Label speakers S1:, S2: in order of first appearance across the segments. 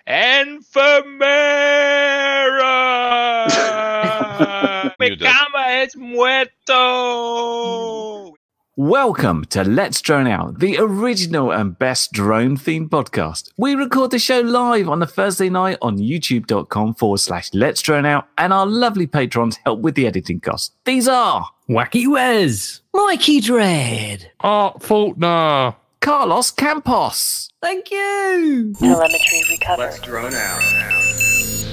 S1: Enfermera. Mi cama es muerto.
S2: Welcome to Let's Drone Out, the original and best drone themed podcast. We record the show live on a Thursday night on youtube.com forward slash Let's Drone Out, and our lovely patrons help with the editing costs. These are
S3: Wacky Wes.
S4: Mikey Dread.
S5: Art Faulkner.
S2: Carlos Campos.
S4: Thank you.
S6: Telemetry recovered.
S7: Let's drone out.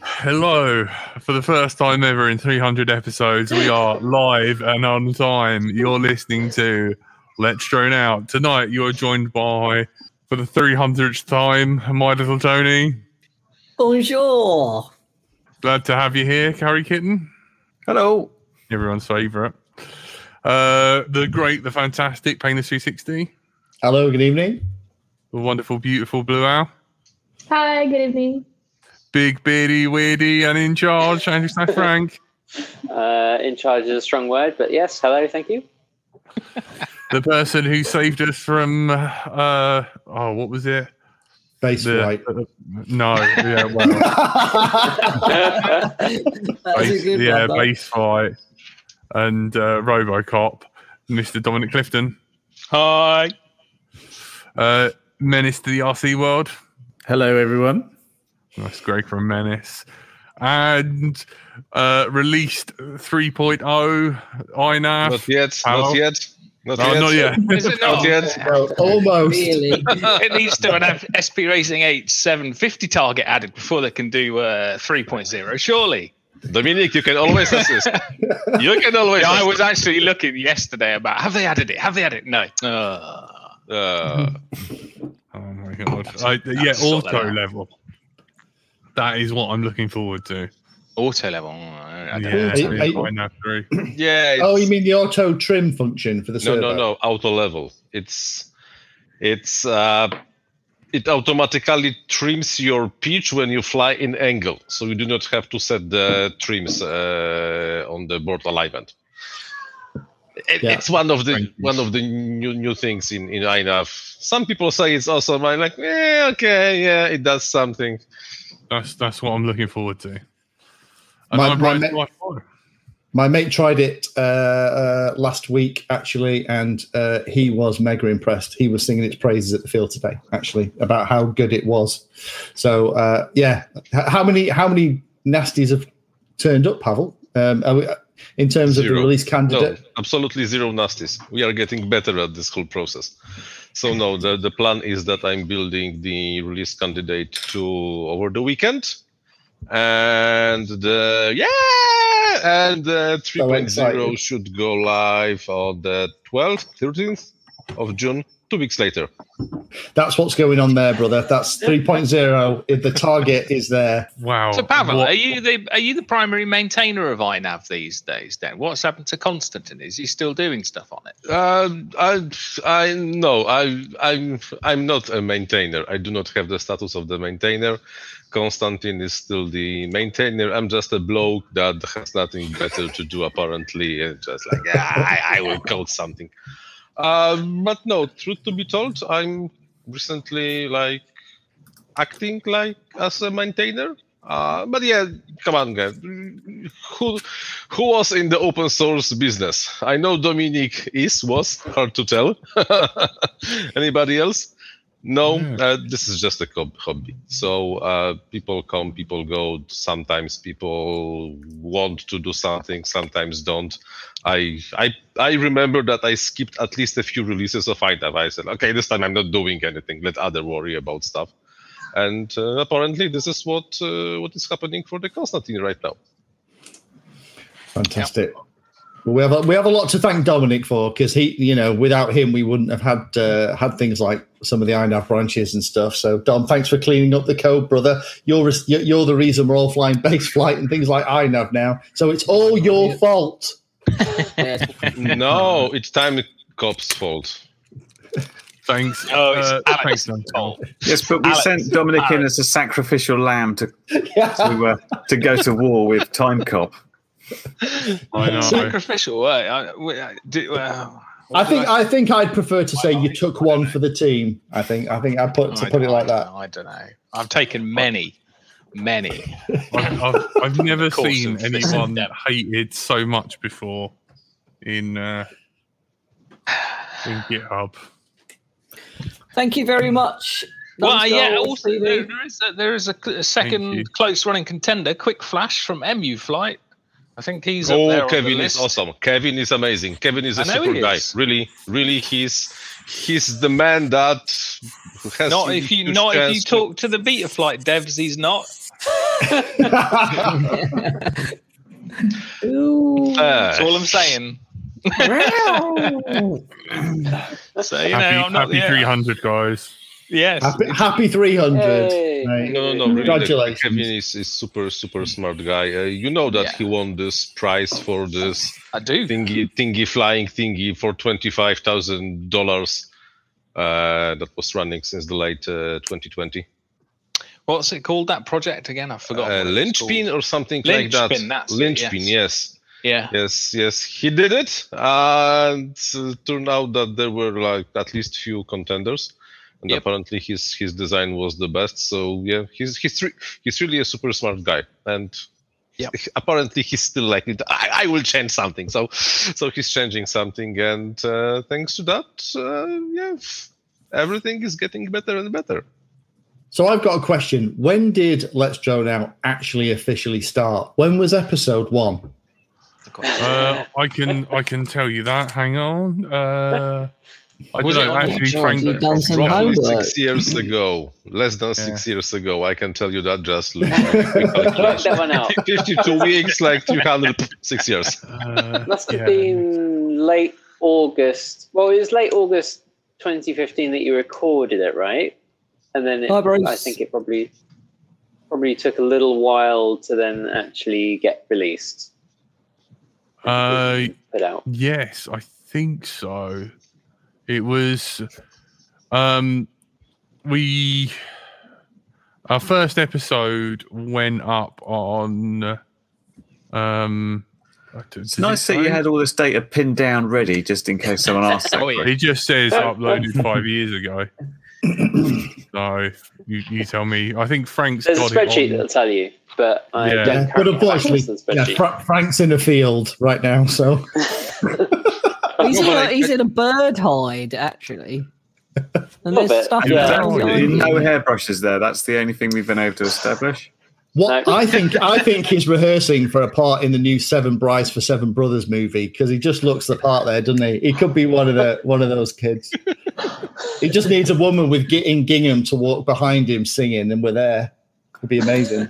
S5: Hello. For the first time ever in 300 episodes, we are live and on time. You're listening to Let's Drone Out. Tonight, you're joined by, for the 300th time, my little Tony.
S4: Bonjour.
S5: Glad to have you here, Carrie Kitten.
S3: Hello.
S5: Everyone's favourite. Uh, the great, the fantastic Painless 360.
S8: Hello, good evening.
S5: The wonderful, beautiful Blue Owl.
S9: Hi, good evening.
S5: Big Beardy, Weirdy, and in charge, Andrew Snack Frank.
S10: Uh, in charge is a strong word, but yes, hello, thank you.
S5: the person who saved us from uh oh what was it
S8: Base
S5: The- uh,
S8: right.
S5: no yeah well,
S4: That's a
S5: base,
S4: good
S5: yeah
S4: one. though.
S5: base fight and uh, robocop mr dominic clifton
S1: Hi.
S5: uh menace to the rc world
S3: Hello, everyone.
S5: that's greg from menace and uh released oh, 3.0 inaf
S7: Not yet.
S5: Hello?
S7: Not yet. Not
S5: No,
S7: yet.
S5: not yet.
S1: Is it
S7: Not
S1: not?
S7: yet.
S8: Well, almost.
S4: Really?
S1: it needs to an F- SP Racing 8 750 target added before they can do uh, 3.0, surely.
S7: Dominic, you can always assist. you can always.
S1: Yeah, I
S7: assist.
S1: was actually looking yesterday about have they added it? Have they added it? No. Uh,
S7: Uh,
S5: Oh my god! I, yeah,
S1: that's sort of
S5: auto
S1: that.
S5: level. That is what I'm looking forward to.
S1: auto level. mm, I don't
S5: Yeah,
S8: think-
S5: yeah,
S8: I-
S5: Final three.
S7: yeah.
S8: oh, you
S7: it's-
S8: mean the auto trim function for the
S7: no,
S8: server?
S7: no, no. Auto level. It's it's uh, it automatically trims your pitch when you fly in angle, so you do not have to set the trims uh, on the board alignment. It,
S8: Yeah.
S7: It's one of the
S5: Thank you.
S7: one of the new new things in in INAF. Some people say it's awesome. I'm like, eh, okay, yeah, it does something.
S5: That's that's what I'm looking forward to. And
S8: My-
S5: I'm
S8: my
S5: right
S8: ma-
S5: to life four.
S8: My mate tried it uh, uh, last week, actually, and uh, he was mega impressed. He was singing its praises at the field today, actually, about how good it was. So, uh, yeah, H- how many how many nasties have turned up, Pavel? Um, are we, in terms of the
S7: Zero.
S8: release candidate,
S7: No, absolutely zero nasties. We are getting better at this whole process. So no, the, the plan is that I'm building the release candidate to over the weekend, and the yeah, and uh, 3.0
S8: excited.
S7: should go live on the 12th, 13th of June, two weeks later.
S8: that's what's going on there, brother. That's 3.0. If the target is there.
S5: Wow.
S1: So Pavel,
S5: what-
S1: are you the are you the primary maintainer of INAV these days? Then what's happened to Constantin? Is he still doing stuff on it?
S7: Um, I I no I I'm I'm not a maintainer. I do not have the status of the maintainer. Konstantin is still the maintainer. I'm just a bloke that has nothing better to do apparently, and just like yeah, I, I will code something. Um, but no, truth to be told, I'm recently like acting like as a maintainer. Uh, but yeah, come on, guys. Who who was in the open source business? I know Dominic is was hard to tell. Anybody else? No, uh, this is just a cob- hobby. So uh, people come, people go. Sometimes people want to do something, sometimes don't. I I I remember that I skipped at least a few releases of IDAV. I said, okay, this time I'm not doing anything. Let other worry about stuff and uh, apparently this is what uh, what is happening for the Constantine right now.
S8: Fantastic. Well, we have a, we have a lot to thank Dominic for because he, you know, without him we wouldn't have had uh, had things like some of the INAV branches and stuff. So Dom, thanks for cleaning up the code, brother. You're res- you're you're the reason we're all flying base flight and things like INAV now. So it's all your fault.
S7: no, it's time cop's fault.
S5: Thanks. Uh,
S1: Oh, it's Alex.
S5: thanks, Duncan.
S1: fault.
S6: Yes, but we
S1: Alex,
S6: sent Dominic in as a sacrificial lamb to to, uh, to go to war with Time Cop.
S5: I know.
S1: Sacrificial. Way. I, we- I, do, uh,
S8: I think I think I'd prefer to say you took one for the team. I think I think I'd put to
S1: I
S8: put it like
S1: don't
S8: that.
S1: know, I don't know. I've taken many, many.
S5: I've, I've, I've never
S1: Of course,
S5: seen
S1: it's- it's
S5: anyone
S1: them.
S5: hated so much before in uh, in GitHub.
S4: Thank you very much.
S1: Well, yeah.
S4: Domsdale,
S1: Also, there,
S4: Stevie.
S1: there is a, there is a, cl- a
S5: you.
S1: second close running contender, Quick Flash from MU Flight. I think he's up there
S7: oh,
S1: on
S7: Kevin
S1: the list.
S7: is awesome. Kevin is amazing. Kevin is a
S1: I know
S7: super
S1: he
S7: guy.
S1: is.
S7: Really, really, he's he's the man that has
S1: Not if you
S7: huge
S1: not if you
S7: chance to-
S1: talk to the Beta Flight devs, he's not.
S4: Ooh.
S1: That's all I'm saying. So you
S5: happy
S1: know, I'm not.
S5: happy
S1: yeah,
S5: 300, guys.
S1: Yes.
S8: Happy, happy three hundred.
S10: Hey.
S7: No, no, no. Really,
S8: Congratulations.
S7: Kevin is, is super, super smart guy. Uh, you know that
S1: Yeah.
S7: he won this prize for this
S1: I do.
S7: thingy, thingy, flying thingy for twenty-five thousand dollars. Uh, that was running since the late uh, 2020.
S1: What's it called? That project again? I forgot.
S7: Uh,
S1: what it's called.
S7: linchpin or something like that.
S1: Linchpin, that's it,
S7: linchpin,
S1: yes.
S7: yes.
S1: Yeah.
S7: yes, yes, he did it, and uh, turned out that there were like at least few contenders, and
S1: Yep.
S7: apparently his his design was the best. So yeah, he's he's re- he's really a super smart guy, and
S1: Yep.
S7: he- apparently he's still like I, I will change something. So so he's changing something, and uh, thanks to that, uh, yeah, everything is getting better and better.
S8: So I've got a question. When did Let's Drone Out actually officially start? When was episode one?
S5: Uh, I can I can tell you that. Hang on. Uh, I
S1: Was
S5: don't
S1: it
S5: know.
S1: on
S5: Actually,
S4: George,
S5: Frank,
S4: you've done some
S7: Roughly
S1: Uh,
S4: homework.
S7: six years ago, less than six years ago, I can tell you that just look at
S10: Work that one out.
S7: 52 weeks, like 300, six years.
S5: uh,
S10: Must have
S5: yeah.
S10: been late August. Well, it was late August 2015 that you recorded it, right? And then it,
S4: Hi, Bruce.
S10: I think it probably probably took a little while to then actually get released,
S5: Uh,
S10: put out.
S5: Yes, I think so. It was um we our first episode went up on um I don't-
S6: It's
S5: does it
S6: nice that you
S5: say?
S6: had all this data pinned down ready just in case someone asks that.
S1: Oh, yeah.
S5: it just says uploaded five years ago. so you, you tell me. I think Frank's
S10: There's a
S5: got it.
S10: spreadsheet
S5: on-
S10: that'll tell you, but I
S5: Yeah.
S10: don't
S8: But
S10: currently have
S8: unfortunately,
S10: access to the
S8: yeah,
S10: spreadsheet.
S8: Fra- Frank's in a field right now, so
S4: he's, in
S7: Well,
S4: a, he's in a bird hide, actually. And
S10: Little
S4: there's
S10: bit,
S4: stuff
S10: yeah.
S4: down behind
S6: Exactly.
S4: you.
S6: No hairbrushes there. That's the only thing we've been able to establish.
S8: what
S10: No.
S8: I think I think he's rehearsing for a part in the new Seven Brides for Seven Brothers movie because he just looks the part there, doesn't he? He could be one of the one of those kids. he just needs a woman with gi- in gingham to walk behind him singing, and we're there. It'd be amazing.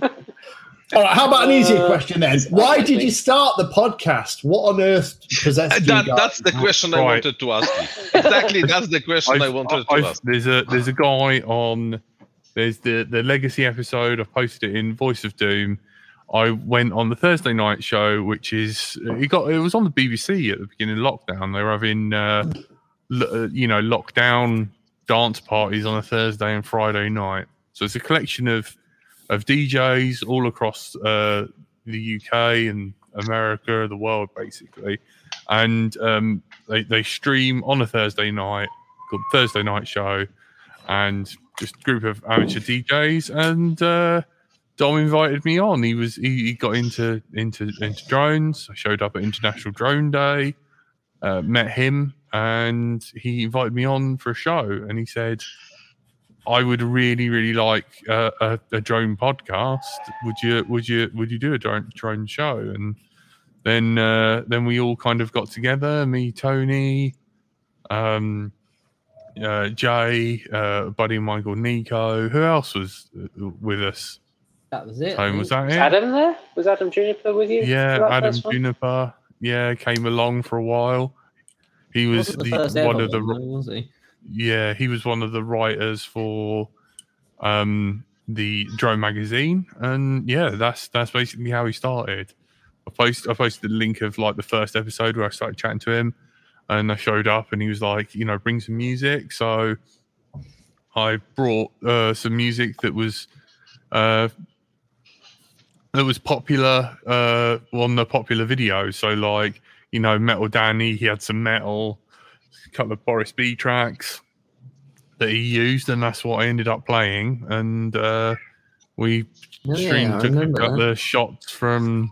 S8: All right, how about an easier
S10: Uh,
S8: question then? Why did
S10: likely.
S8: you start the podcast? What on earth possessed you?
S7: That,
S8: guys?
S7: that's the question I
S5: Right.
S7: wanted to ask you. Exactly, that's the question i
S5: I've-
S7: wanted to
S5: I've-
S7: ask.
S5: There's a there's a guy on there's the the legacy episode. I posted it in Voice of Doom. I went on the Thursday night show, which is it got it was on the BBC at the beginning of lockdown. They were having uh, l- uh, you know lockdown dance parties on a Thursday and Friday night. So it's a collection of of DJs all across uh, the UK and America, the world basically, and um, they they stream on a Thursday night called Thursday Night Show, and just group of amateur DJs. And uh, Dom invited me on. He was he, he got into into into drones. I showed up at International Drone Day, uh, met him, and he invited me on for a show. And he said, "I would really really like uh, a, a drone podcast. Would you would you would you do a drone drone show?" And then uh, then we all kind of got together. Me, Tony. Um, uh, Jay, uh, a buddy of mine called Nico. Who else was uh, with us?
S4: That was it.
S5: Home Oh, was that it?
S10: Adam there? Was Adam Juniper with you?
S5: yeah,
S10: for that
S5: Adam
S10: first one?
S5: Juniper. yeah, came along for a while. He was
S4: Wasn't the
S5: the,
S4: first
S5: one
S4: ever
S5: of the
S4: one, though, was he?
S5: yeah, he was one of the writers for um the drone magazine, and yeah, that's that's basically how he started. I post I posted the link of like the first episode where I started chatting to him, and I showed up, and he was like, you know, bring some music. So I brought uh, some music that was uh, that was popular uh, on the popular videos. So like you know, Metal Danny, he had some metal, a couple of Boris B tracks that he used, and that's what I ended up playing. And uh, we
S4: Oh, yeah,
S5: streamed
S4: I
S5: took
S4: remember
S5: got
S4: that.
S5: the shots from.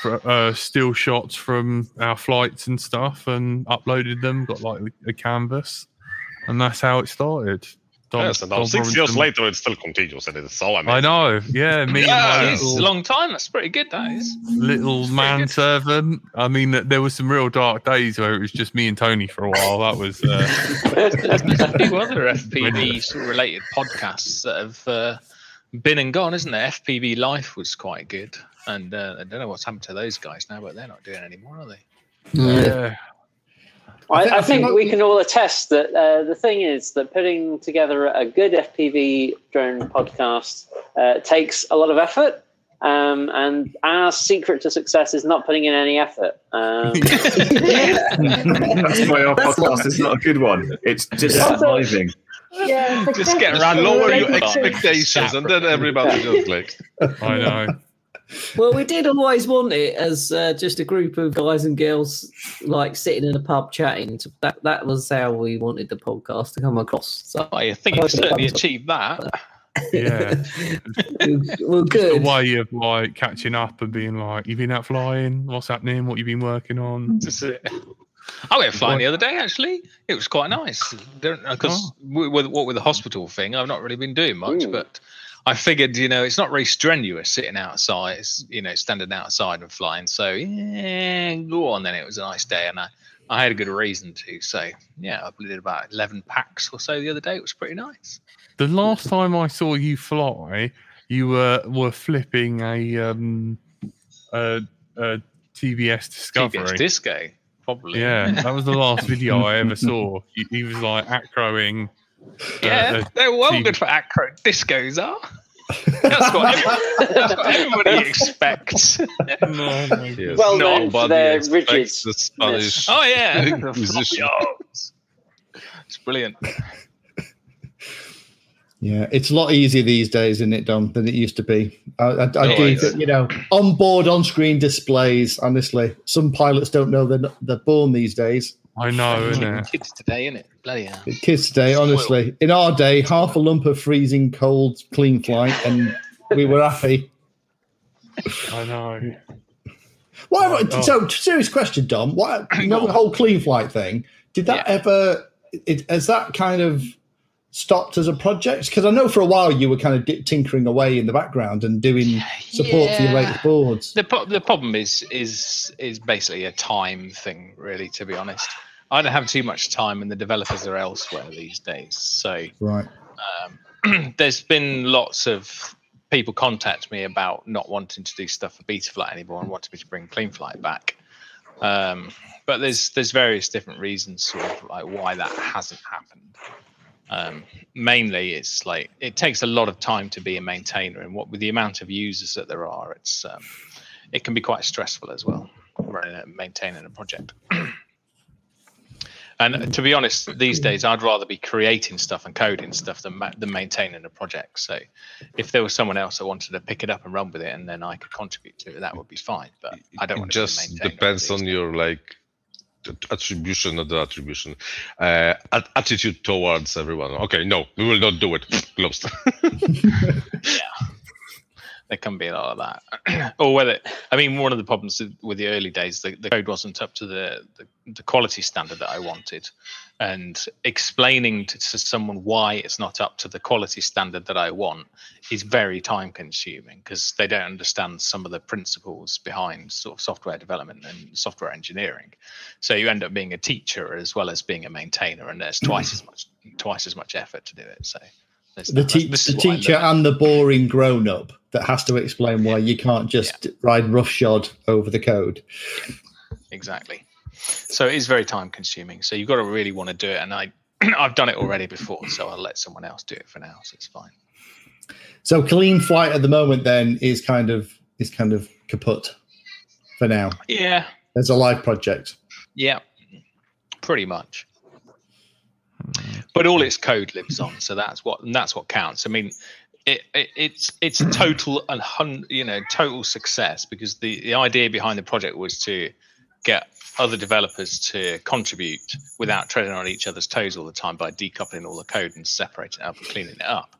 S5: fr- Uh, still shots from our flights and stuff, and uploaded them. Got like a canvas, and that's how it started. Don-
S11: yes, and now
S5: Don
S11: six years
S5: Robinson-
S11: later, it's still continuous, and it's all I mean.
S5: I know. Yeah, me
S1: yeah,
S5: and my
S1: it's a
S5: little,
S1: long time. That's pretty good. That is.
S5: little manservant. I mean, th- there was some real dark days where it was just me and Tony for a while. That was. Uh,
S1: There's a few other FPV sort of related podcasts that have uh, been and gone, isn't there? FPV Life was quite good, and uh, I don't know what's happened to those guys now, but they're not doing any more, are they?
S5: yeah.
S10: I, I think we can all attest that uh, the thing is that putting together a good FPV drone podcast uh, takes a lot of effort. Um, and our secret to success is not putting in any effort. Um,
S6: That's why our podcast is not a good one. It's just
S7: Yeah.
S6: surviving.
S9: Yeah,
S7: Just get around, lower your expectations, and then everybody just clicks.
S5: I know.
S4: Well, we did always want it as uh, just a group of guys and girls like sitting in a pub chatting. So That that was how we wanted the podcast to come across. So
S1: I think it's certainly achieved that.
S5: Yeah.
S4: well,
S5: Just
S4: good.
S5: a way of like catching up and being like, you've been out flying. What's happening? What you been working on?
S1: That's it. I went flying the other day. Actually, it was quite nice.
S5: Oh.
S1: Because with what with the hospital thing, I've not really been doing much, but I figured you know it's not really strenuous sitting outside, it's, you know, standing outside and flying. So yeah, go on. Then it was a nice day, and I I had a good reason to. So yeah, I did about eleven packs or so the other day. It was pretty nice.
S5: The last time I saw you fly, you were were flipping a um a, a TBS Discovery.
S1: TBS disco, probably.
S5: Yeah, that was the last video I ever saw. He, he was like acroing.
S1: Yeah,
S5: uh,
S1: they're well
S5: TV.
S1: good for acro. Discos are. That's what, every, that's what everybody expects.
S7: Yes.
S10: Well known for
S7: Nobody
S10: their
S7: expects
S10: rigid-
S7: the Spanish.
S1: Oh yeah,
S7: musician.
S1: It's brilliant.
S8: Yeah, it's a lot easier these days, isn't it, Dom, than it used to be. I, I, I
S7: Oh,
S8: do,
S7: yeah.
S8: you know, on board, on screen displays. Honestly, some pilots don't know they're not, they're born these days.
S5: I know,
S1: Fucking
S5: innit?
S1: Kids today, innit? Bloody hell.
S8: The Kids today, honestly, in our day, half a lump of freezing cold clean flight, and we were happy.
S5: I know. Oh
S8: Why? So, serious question, Dom. What? You know, the whole clean flight thing. Did that ever? It, has that kind of stopped as a project? Because I know for a while you were kind of di- tinkering away in the background and doing support for your
S1: Yeah.
S8: latest boards.
S1: The pro- the problem is is is basically a time thing, really. To be honest, I don't have too much time, and the developers are elsewhere these days. So
S8: Right.
S1: um, there's been lots of people contact me about not wanting to do stuff for Betaflight anymore and wanting me to bring CleanFlight back. Um, but there's there's various different reasons, sort of like why that hasn't happened. Um, mainly, it's like it takes a lot of time to be a maintainer, and what with the amount of users that there are, it's um, it can be quite stressful as well running a, maintaining a project. And to be honest, these days I'd rather be creating stuff and coding stuff than ma- than maintaining a project. So, if there was someone else that wanted to pick it up and run with it, and then I could contribute to it, that would be fine. But I don't
S7: It
S1: want to just
S7: just depends on your like t- attribution, not the attribution, uh, at- attitude towards everyone. Okay, no, we will not do it. Closed.
S1: there can be a lot of that. or whether, I mean, one of the problems with- with the early days, the, the code wasn't up to the, the, the quality standard that I wanted. And explaining to, to someone why it's not up to the quality standard that I want is very time consuming because they don't understand some of the principles behind sort of software development and software engineering. So you end up being a teacher as well as being a maintainer, and there's twice as much twice as much effort to do it. So there's
S8: the,
S1: that. That's-
S8: te-
S1: this
S8: the
S1: is what I
S8: teacher and the boring grown up that has to explain why you can't just ride roughshod over the code.
S1: exactly. So it is very time consuming. So you've got to really want to do it. And I, I've done it already before, so I'll let someone else do it for now. So it's fine.
S8: So clean flight at the moment then is kind of is kind of kaput for now.
S1: Yeah,
S8: There's a live project.
S1: yeah, pretty much. But all its code lives on, so that's what and that's what counts. I mean, it, it, it's it's total and hun, you know total success because the the idea behind the project was to get other developers to contribute without treading on each other's toes all the time by decoupling all the code and separating it up and cleaning it up.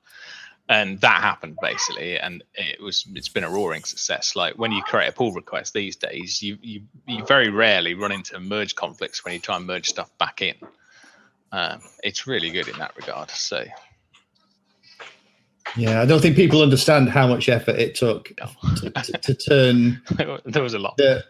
S1: And that happened basically, and it was it's been a roaring success. Like when you create a pull request these days, you you, you very rarely run into merge conflicts when you try and merge stuff back in. Um, it's really good in that regard. So
S8: Yeah, I don't think people understand how much effort it took to, to, to turn
S1: there was a lot.
S8: the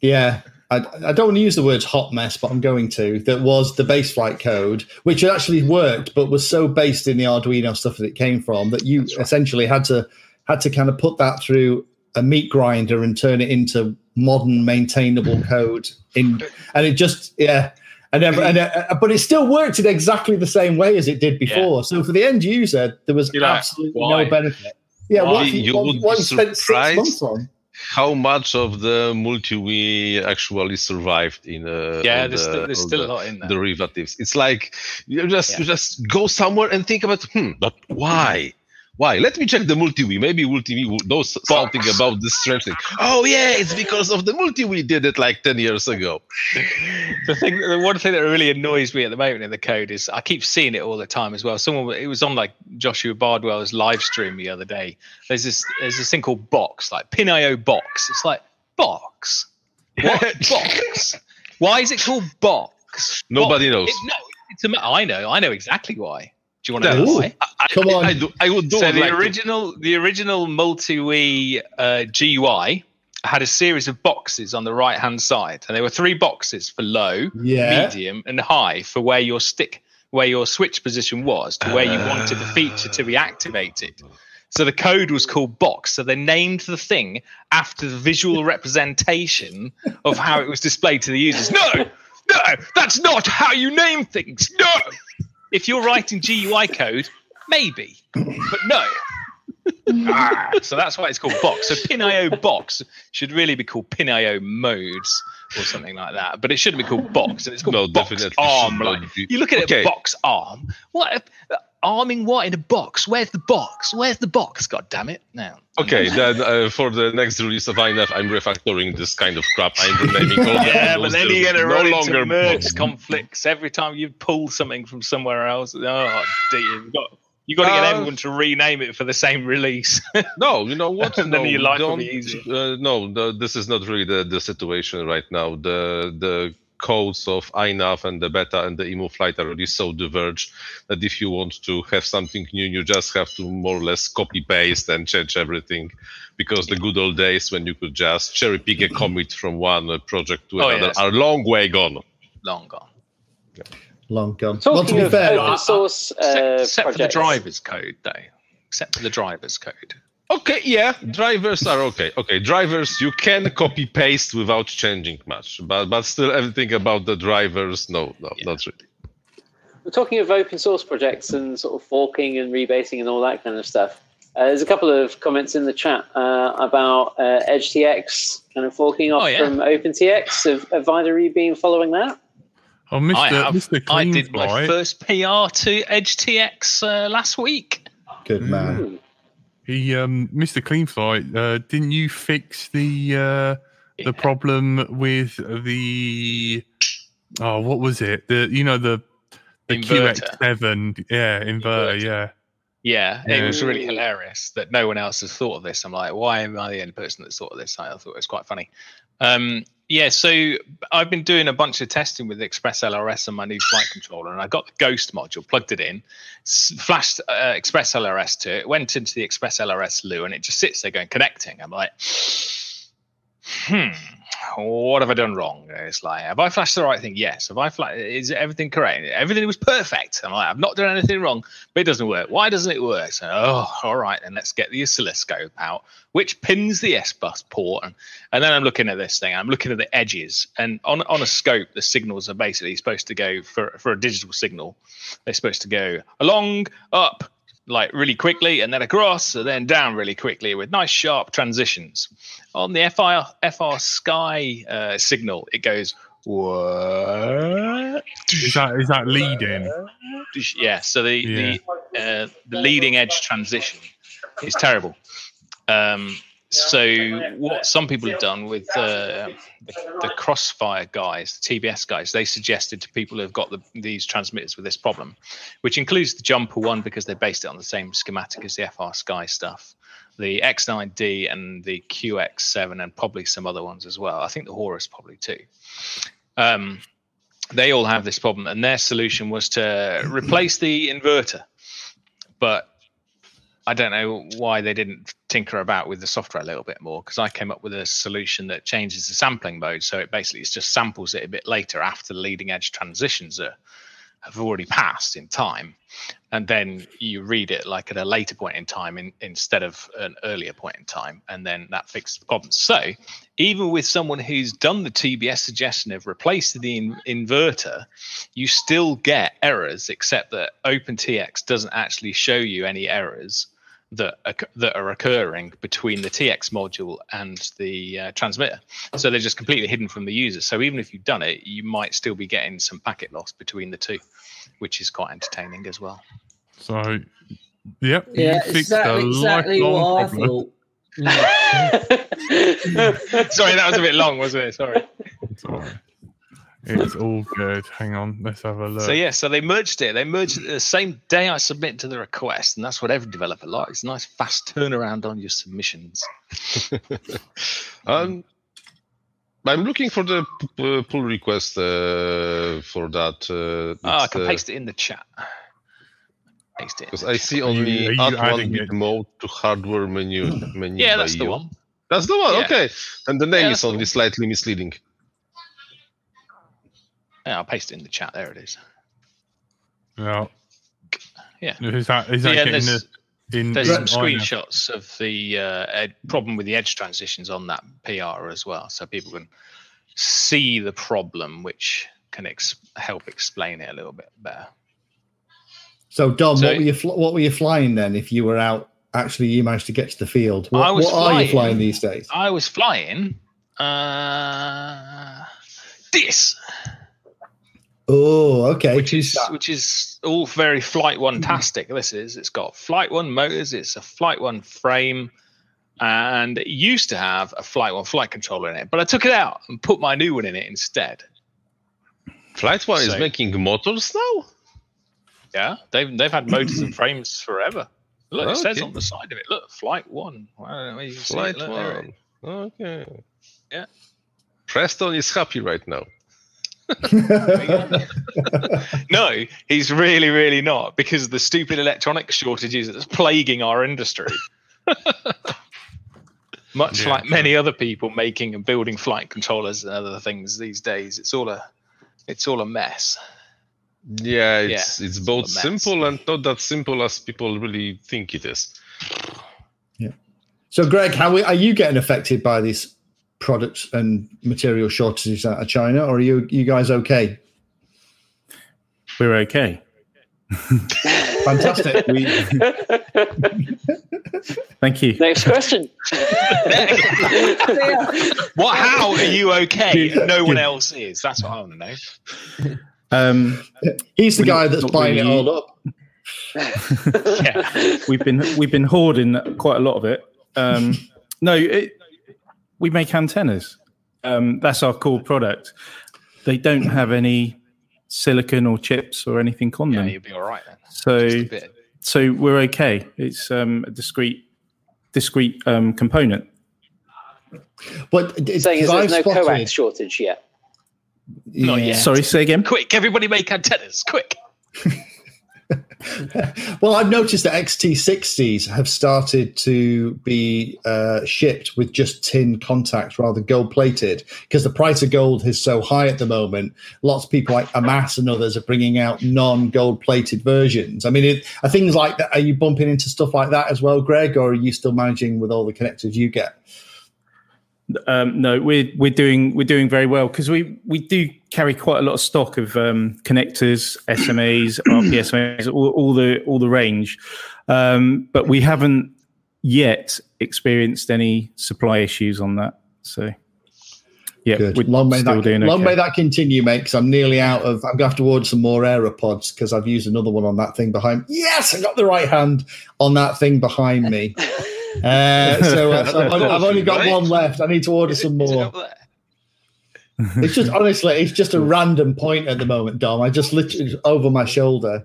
S8: yeah I, I don't want to use the words hot mess but i'm going to that was the base flight code which had actually worked but was so based in the arduino stuff that it came from that you essentially had to had to kind of put that through a meat grinder and turn it into modern maintainable code in and it just yeah and, ev- and uh, but it still worked in exactly the same way as it did before. So for the end user, there was absolutely
S7: why?
S8: no benefit. Yeah, what,
S7: you,
S8: you,
S7: you
S8: what,
S7: would
S8: what
S7: be
S8: you spent six months
S7: surprised
S8: on.
S7: how much of the multi we actually survived in uh,
S1: Yeah,
S7: all
S1: there's
S7: the,
S1: still- there's
S7: all
S1: still a
S7: the
S1: lot in there.
S7: derivatives it's like you just you just go somewhere and think about hmm but why why let me check the multi we maybe multi we knows something about this strange thing oh yeah it's because of the multi we did it like 10 years ago
S1: the thing, the one thing that really annoys me at the moment in the code is I keep seeing it all the time as well. Someone, it was on like Joshua Bardwell's live stream the other day. There's this, there's this thing called Box, like Pinio Box. It's like Box, what Box? Why is it called Box?
S7: Nobody
S1: Box.
S7: knows.
S1: It- no, it's a, ma- I know, I know exactly why. Do you want to know
S7: Ooh,
S1: why?
S7: I, Come on. I, do, I would do
S1: so
S7: like
S1: the
S7: to-
S1: original the original multi-wii uh, gui had a series of boxes on the right hand side and there were three boxes for low
S12: Yeah.
S1: medium and high for where your stick where your switch position was to where you wanted the feature to be activated so the code was called box so they named the thing after the visual representation of how it was displayed to the users no no that's not how you name things no if you're writing gui code maybe but no. Ah, so that's why it's called box. So PinIO box should really be called PinIO modes or something like that. But it shouldn't be called box. And it's called
S7: no
S1: box
S7: definitely
S1: arm.
S7: should not
S1: Like,
S7: be-
S1: you look at
S7: Okay.
S1: it, box arm. What arming what in a box? Where's the box? Where's the box? God damn it! Now.
S7: Okay, then uh, for the next release of INF, I'm refactoring this kind of crap. I'm renaming all the
S1: yeah, but
S7: windows.
S1: then you
S7: There's
S1: get a
S7: no
S1: run
S7: longer
S1: into merge conflicts every time you pull something from somewhere else. Oh, dear. You've got, you've got to get
S7: Uh,
S1: everyone to rename it for the same release.
S7: no, you know what?
S1: and then
S7: No,
S1: your life will
S7: don't-
S1: be easier.
S7: uh, no, the, this is not really the, the situation right now. The the codes of INAF and the beta and the emu flight are really so diverged that if you want to have something new, you just have to more or less copy paste and change everything. Because the good old days when you could just cherry pick a commit from one uh, project to
S1: Oh,
S7: another
S1: yes.
S7: are long way gone.
S1: Long gone.
S8: Long gone.
S1: Talking
S8: well, to be
S1: of
S8: fair,
S1: open
S10: source
S8: uh,
S10: uh,
S1: except, except for the
S7: projects.
S1: driver's code though except for the driver's code
S7: Okay, yeah, drivers are okay. Okay, drivers you can copy paste without changing much, but but still everything about the drivers, no, no, not really.
S10: We're talking of open source projects and sort of forking and rebasing and all that kind of stuff. Uh, there's a couple of comments in the chat uh, about uh, EdgeTX kind of forking off
S1: Oh, yeah.
S10: from OpenTX. Have, have either of you been following that?
S5: Oh, Mr.
S1: I, have-
S5: Mr.
S1: I did
S5: Cleanfly.
S1: my first pr to edge tx uh, last week
S8: Good man.
S5: He, um, Mr. Cleanfly, uh, didn't you fix the uh, the problem with the oh, what was it? The you know the the
S1: Inverter.
S5: QX7, yeah, inverter, yeah.
S1: yeah, it
S5: Yeah.
S1: was really hilarious that no one else has thought of this i'm like why am i the only person that's thought of this i thought it was quite funny um, yeah so i've been doing a bunch of testing with express lrs on my new flight controller and i got the ghost module plugged it in s- flashed uh, express lrs to it went into the express lrs loo and it just sits there going connecting i'm like hmm what have I done wrong? And It's like, have I flashed the right thing? Yes. Have I flashed? Is everything correct? Everything was perfect. I'm like, I've not done anything wrong, but it doesn't work. Why doesn't it work? So, oh, all right, then let's get the oscilloscope out, which pins the S bus port, and, and then I'm looking at this thing. I'm looking at the edges, and on on a scope, the signals are basically supposed to go for for a digital signal. They're supposed to go along, up, like really quickly and then across and then down really quickly with nice sharp transitions. On the FR, FR Sky uh, signal, it goes, what?
S5: Is that is that leading?
S1: Yeah, so the, the, uh, the leading edge transition is terrible. Um, so what some people have done with uh, the, the Crossfire guys, the TBS guys, they suggested to people who've got the, these transmitters with this problem, which includes the Jumper one because they based it on the same schematic as the FR Sky stuff, the X9D and the QX7, and probably some other ones as well. I think the Horus probably too. Um, they all have this problem, and their solution was to replace the inverter, but I don't know why they didn't tinker about with the software a little bit more because I came up with a solution that changes the sampling mode. So it basically just samples it a bit later after the leading edge transitions are, have already passed in time. And then you read it like at a later point in time in, instead of an earlier point in time. And then that fixes the problem. So even with someone who's done the TBS suggestion of replacing the in- inverter, you still get errors, except that OpenTX doesn't actually show you any errors that are, that are occurring between the TX module and the uh, transmitter. So they're just completely hidden from the user. So even if you've done it, you might still be getting some packet loss between the two, which is quite entertaining as well.
S5: So, yep. you
S1: Yeah,
S5: fixed
S1: exactly-
S5: a
S1: exactly
S5: lifelong
S1: what I
S5: problem.
S1: thought. Sorry, that was a bit long, wasn't it? Sorry.
S5: It's Oh. all good. Hang on, let's have a look.
S1: So yeah, so they merged it. They merged it the same day I submit to the request, and that's what every developer likes. Nice fast turnaround on your submissions.
S7: Um, I'm looking for the p- p- pull request uh, for that. Uh,
S1: Oh, I can paste it in the chat. Paste it. in
S7: Because
S1: the
S7: I
S1: chat.
S7: see only
S1: Are you- are
S7: add
S1: you
S7: one
S1: adding
S7: bit mode to hardware menu. menu
S1: Yeah,
S7: by
S1: that's the
S7: you.
S1: one.
S7: That's the one.
S1: Yeah.
S7: Okay, and the name
S1: Yeah,
S7: is
S1: that's the
S7: only slightly misleading.
S1: Yeah, I'll paste it in the chat. There it is.
S5: Yeah.
S1: Yeah.
S5: Is that is that
S1: Yeah,
S5: getting the,
S1: there's-
S5: in,
S1: There's
S5: in
S1: some
S5: line now?
S1: screenshots of the uh, ed- problem with the edge transitions on that PR as well, so people can see the problem, which can ex- help explain it a little bit better.
S8: So, Dom,
S1: So-
S8: what were you fl- what were you flying then? If you were out, actually, you managed to get to the field. What,
S1: I was
S8: what are you flying these days?
S1: I was flying. Uh, this,
S8: Oh, okay.
S1: which is which is all very flight one tastic. This is it's got flight one motors. It's a flight one frame, and it used to have a flight one flight controller in it, but I took it out and put my new one in it instead.
S7: Flight One is
S1: So-
S7: making motors now.
S1: Yeah, they've they've had motors and frames forever. Look, it says
S7: Okay.
S1: on the side of it. Look, flight one. Well, I don't know where you can see it.
S7: Flight
S1: Look, there it is.
S7: One. Okay.
S1: Yeah.
S7: Preston is happy right now.
S1: No, he's really, really not because of the stupid electronic shortages that's plaguing our industry. Much
S5: Yeah,
S1: like many other people making and building flight controllers and other things these days, it's all a it's all a mess.
S7: Yeah, it's it's both
S1: a mess.
S7: simple and not that simple as people really think it is.
S8: So, Greg, how are you getting affected by these products and material shortages out of China, or are you you guys okay?
S3: We're okay.
S8: Fantastic.
S3: We- Thank you.
S10: Next question.
S1: What? How are you okay? and No one else is. That's what I want to know.
S3: Um,
S8: He's the
S3: we're
S8: guy
S3: not-
S8: that's
S3: not
S8: buying it
S3: really-
S8: all up.
S3: we've been we've been hoarding quite a lot of it. Um, no, it, we make antennas. Um, that's our core product. They don't have any silicon or chips or anything on them.
S1: You'll be all right then.
S3: So,
S1: Just a bit.
S3: so we're okay. It's um, a discrete discrete um, component.
S8: But
S10: Saying is there's no coax shortage yet.
S3: Sorry, say again.
S1: Quick, everybody make antennas. Quick.
S8: well, I've noticed that XT60s have started to be uh, shipped with just tin contacts rather than gold plated because the price of gold is so high at the moment. Lots of people like Amass and others are bringing out non gold plated versions. I mean, it, are things like that? Are you bumping into stuff like that as well, Greg, or are you still managing with all the connectors you get?
S3: Um, no, we're we're doing we're doing very well because we we do carry quite a lot of stock of um, connectors, SMAs, RPSMAs, all, all the all the range, um, but we haven't yet experienced any supply issues on that. So, yeah,
S8: Good.
S3: we're
S8: Long may
S3: still
S8: that
S3: doing
S8: long
S3: okay.
S8: may that continue, mate. Because I'm nearly out of. I'm gonna have to order some more Aeropods because I've used another one on that thing behind. Yes, I got the right hand on that thing behind me. Uh, so uh, so I've, only, I've only got
S7: Right?
S8: one left. I need to order some more. It's just honestly, it's just a random point at the moment, Dom. I just literally it's over my shoulder.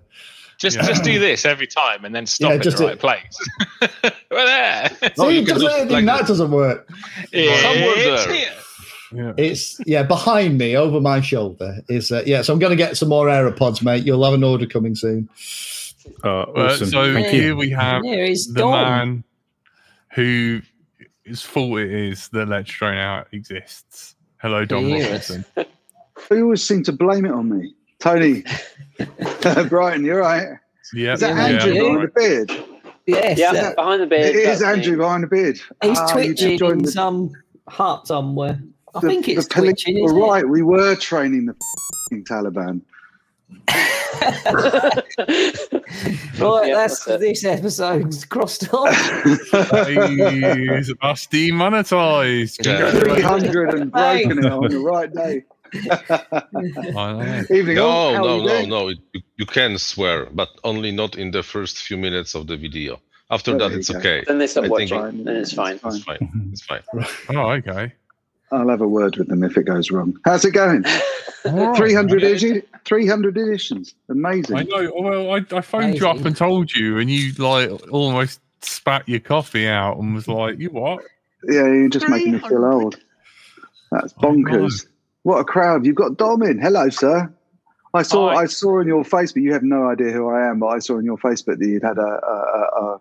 S1: Just just do this every time and then stop
S8: Yeah,
S1: at
S8: just
S1: the
S8: do-
S1: right place. We're there.
S8: See, just letting him- that doesn't work.
S1: It's here.
S8: It's yeah, behind me, over my shoulder is uh, yeah. So I'm going to get some more AirPods, mate. You'll have an order coming soon.
S5: Uh,
S8: awesome.
S5: So
S8: Thank
S5: here
S8: you.
S5: we have
S8: There is
S5: the
S8: Dom.
S5: man who whose fault it is that Let's Drain Out exists. Hello, Dom
S12: Yes.
S5: Robinson.
S12: You always seem to blame it on me. Tony, Brighton, you're right.
S5: Yeah,
S12: Is that
S5: yeah.
S12: Andrew behind the beard?
S4: Yes,
S12: Yeah,
S4: that- behind the beard,
S12: It is
S4: that's
S12: Andrew
S4: me.
S12: behind the beard.
S4: He's
S12: Ah, you
S4: twitching
S12: just joined
S4: in
S12: the-
S4: some hut somewhere. I
S12: the-
S4: think it's
S12: the police
S4: twitching.
S12: were
S4: Isn't
S12: right. We were training the f***ing Taliban.
S4: it? Right, that's this episode's crossed off.
S5: He's us demonetized.
S12: Three hundred and broken it on
S5: Thanks.
S12: the right day. Evening all.
S7: No,
S12: How
S7: no,
S12: you
S7: no,
S12: doing?
S7: no. You, you can swear, but only not in the first few minutes of the video. After
S12: Well,
S7: that,
S12: there
S7: it's
S12: you go.
S7: okay.
S12: Then they stop
S7: I think
S12: watching,
S7: it-
S12: then it's fine.
S7: It's fine. It's fine.
S5: Oh, okay.
S12: I'll have a word with them if it goes wrong. How's it going?
S5: right.
S12: Three hundred edi- three hundred editions. Amazing.
S5: I know. Well, I, I phoned you up and told you, and you like almost spat your coffee out and was like, "You what?"
S12: Yeah, you're just making me feel old. That's bonkers. What a crowd. You've got Dom in. Hello, sir. I saw I saw in your Facebook, you have no idea who I am, but I saw in your Facebook that you'd had a, a, a, a,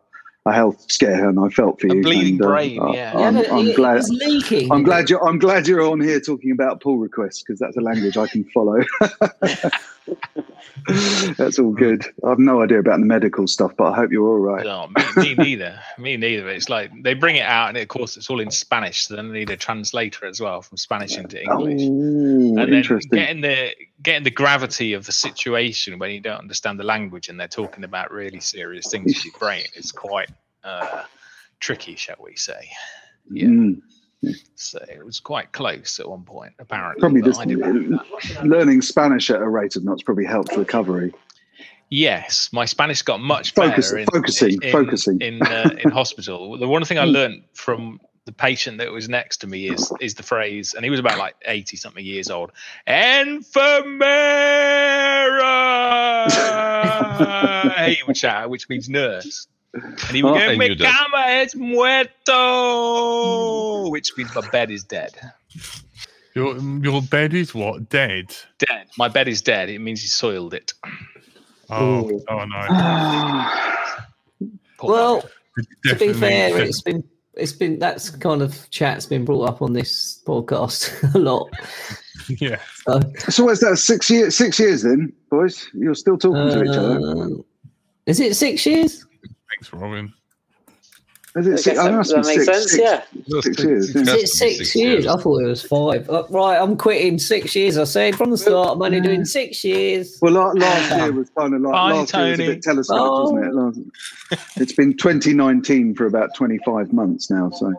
S12: a health scare and I felt for you.
S4: bleeding
S12: and, uh,
S4: brain,
S12: I-
S4: yeah.
S12: I'm,
S4: Yeah, but
S12: I'm
S4: it- it
S12: glad,
S4: was leaking.
S12: I'm glad you're I'm glad you're on here talking about pull requests because that's a language I can follow. that's all good. I've no idea about the medical stuff, but I hope you're all right.
S1: No, me, me neither. Me neither. It's like they bring it out, and of course it's all in Spanish. So then they need a translator as well from Spanish into English.
S12: Oh,
S1: and then
S12: interesting.
S1: getting the getting the gravity of the situation when you don't understand the language and they're talking about really serious things to your brain is quite uh, tricky, shall we say?
S12: Yeah.
S1: So it was quite close at one point, apparently.
S12: Probably
S1: but
S12: just
S1: I didn't-
S12: learning Spanish at a rate of knots probably helped recovery.
S1: Yes, my Spanish got much
S12: Focus-
S1: better. In,
S12: focusing,
S1: in,
S12: focusing.
S1: in uh, in hospital. The one thing I learned from the patient that was next to me is is the phrase, and he was about like eighty something years old. Enfermera, he would shout, which means nurse, and he would
S7: Oh, I
S1: go, "Mi
S7: knew that.
S1: cama es muerto," which means my bed is dead.
S5: Your your bed is what dead.
S1: Dead. My bed is dead. It means he soiled it.
S5: Oh,
S1: Ooh.
S5: oh no.
S4: well, to be
S5: Definitely
S4: fair,
S5: fit.
S4: it's been it's been that's kind of chat's been brought up on this podcast a lot.
S5: yeah.
S4: So,
S12: So what's that? Six years? Six years then, boys? You're still talking to each
S1: Uh,
S12: other?
S4: Is it six years?
S5: Thanks, Robin.
S12: Is it six? I must be six. six- Six years.
S4: Is
S12: yeah.
S4: it six, years? I thought it was five. Uh, right, I'm quitting six years. I said from the start, I'm only doing six years. Ah.
S12: Well, la- last year was kind of like last year was a bit telescoped,
S4: Oh,
S12: wasn't it? Last- it's been 2019 for about 25 months now, so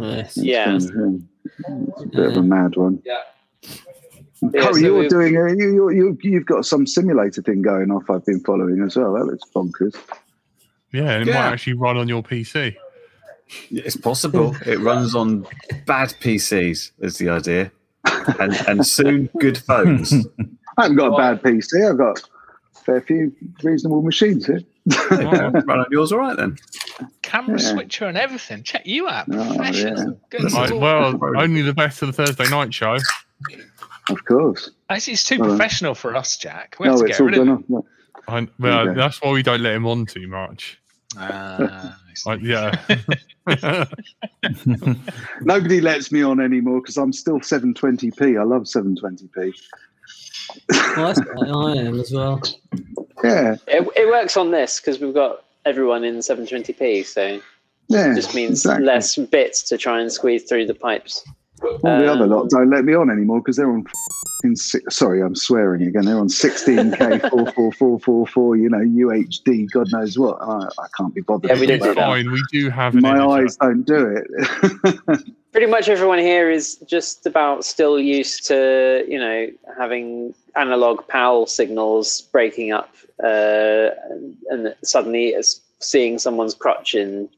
S4: Yes.
S10: Yeah.
S12: it's been, yeah, it's a bit of a mad one.
S10: Yeah.
S12: Curry,
S10: Yeah, so
S12: you're
S10: we've-
S12: doing a, you, you, you, you've got some simulator thing going off. I've been following as well. That looks bonkers.
S5: Yeah, and it
S12: Yeah.
S5: might actually run on your PC.
S2: It's possible. it runs on bad PCs, is the idea. And, and soon, good phones.
S12: I haven't got a bad PC. I've got a fair few reasonable machines here.
S2: Run on yours, all right then.
S1: Camera
S12: Yeah.
S1: switcher and everything. Check you out.
S12: Oh,
S1: Professional.
S12: yeah.
S1: Good
S5: Right,
S1: lord.
S5: well, only the best of the Thursday night show.
S12: Of course.
S1: Actually, it's too
S12: Well, uh,
S1: professional for us, Jack. We
S12: no,
S1: have to
S12: it's
S1: get
S12: all
S1: rid of
S12: done
S1: it.
S12: up. No.
S5: I, well,
S12: Okay.
S5: that's why we don't let him on too much.
S1: Ah,
S5: Like, yeah.
S12: Nobody lets me on anymore because I'm still 720p. I love 720p.
S4: Well, that's what I am as well.
S12: Yeah,
S10: It, it works on this because we've got everyone in 720p, so
S12: yeah.
S10: it just means
S12: exactly.
S10: less bits to try and squeeze through the pipes.
S12: All the other lot don't let me on anymore because they're on. In six, sorry, I'm swearing again. They're on 16k 44444. You know, UHD, God knows what. I, I can't be bothered.
S10: Yeah, we don't
S12: with
S10: do
S12: that.
S10: that. Fine, we do have an
S12: My
S10: editor.
S12: eyes don't do it.
S10: Pretty much everyone here is just about still used to, you know, having analog PAL signals breaking up uh, and, and suddenly it's seeing someone's crotch in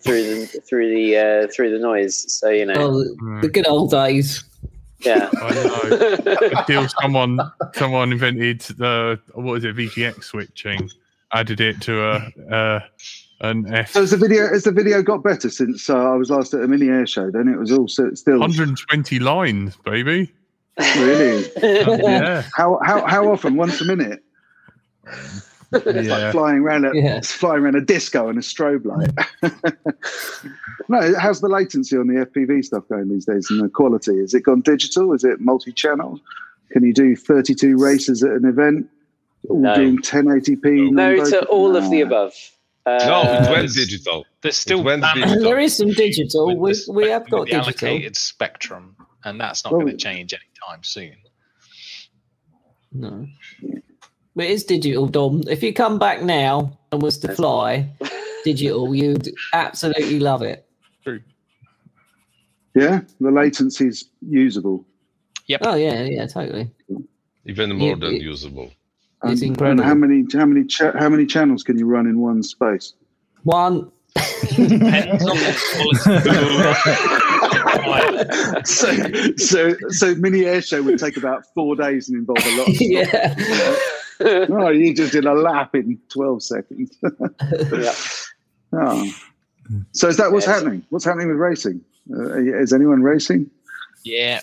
S10: through the through the uh, through the noise. So you know,
S4: Oh,
S10: Hmm.
S4: the good old days.
S10: yeah.
S5: Hmm. I know. Until someone someone invented the what is it VGX switching, added it to a uh, an F.
S12: So has the video has the video got better since uh, I was last at a mini air show? Then it was all so, still
S5: 120 lines, baby.
S12: really.
S5: Yeah.
S12: How how how often? Once a minute. It's
S5: Yeah.
S12: like flying around a it's flying around a disco and a strobe light. no, how's the latency on the FPV stuff going these days and the quality? Is it gone digital? Is it multi-channel? Can you do 32 races at an event? All
S10: No.
S12: doing 1080p.
S10: no
S12: non-vocal?
S10: to all of the above. Uh,
S7: no, it went digital.
S1: There's still
S7: went digital.
S4: There is some digital. We, we have got
S1: the
S4: digital.
S1: allocated spectrum, and that's not
S4: Well,
S1: going to change anytime soon.
S4: No. But it is digital, Dom. If you come back now and was to fly digital, you'd absolutely love it.
S12: Yeah, the latency's usable.
S1: Yep.
S4: Oh yeah, yeah, totally.
S7: Even more than usable.
S4: It's
S12: And-
S4: incredible.
S12: And how many how many cha- how many channels can you run in one space?
S4: One.
S12: so, so, so mini air show would take about four days and involve a lot. Of stuff.
S4: Yeah.
S12: oh, you just did a lap in twelve seconds.
S10: yeah.
S12: Oh. So is that what's happening? What's happening with racing? Uh, is anyone racing?
S1: Yeah,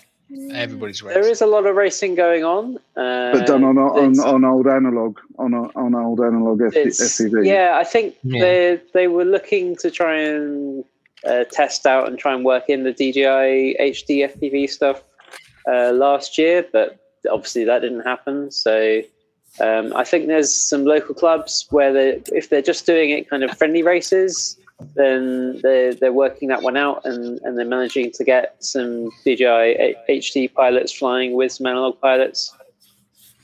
S1: everybody's right.
S10: There is a lot of racing going on. Uh,
S12: But done on on,
S10: it's-
S12: on old analog on on old analog F-
S10: it's-
S12: FPV.
S10: Yeah, I think
S12: Yeah.
S10: they they were looking to try and uh, test out and try and work in the DJI HD FPV stuff uh, last year, but obviously that didn't happen. So um, I think there's some local clubs where they, if they're just doing it kind of friendly races, then they're, they're working that one out and, and they're managing to get some DJI HD pilots flying with some analog pilots.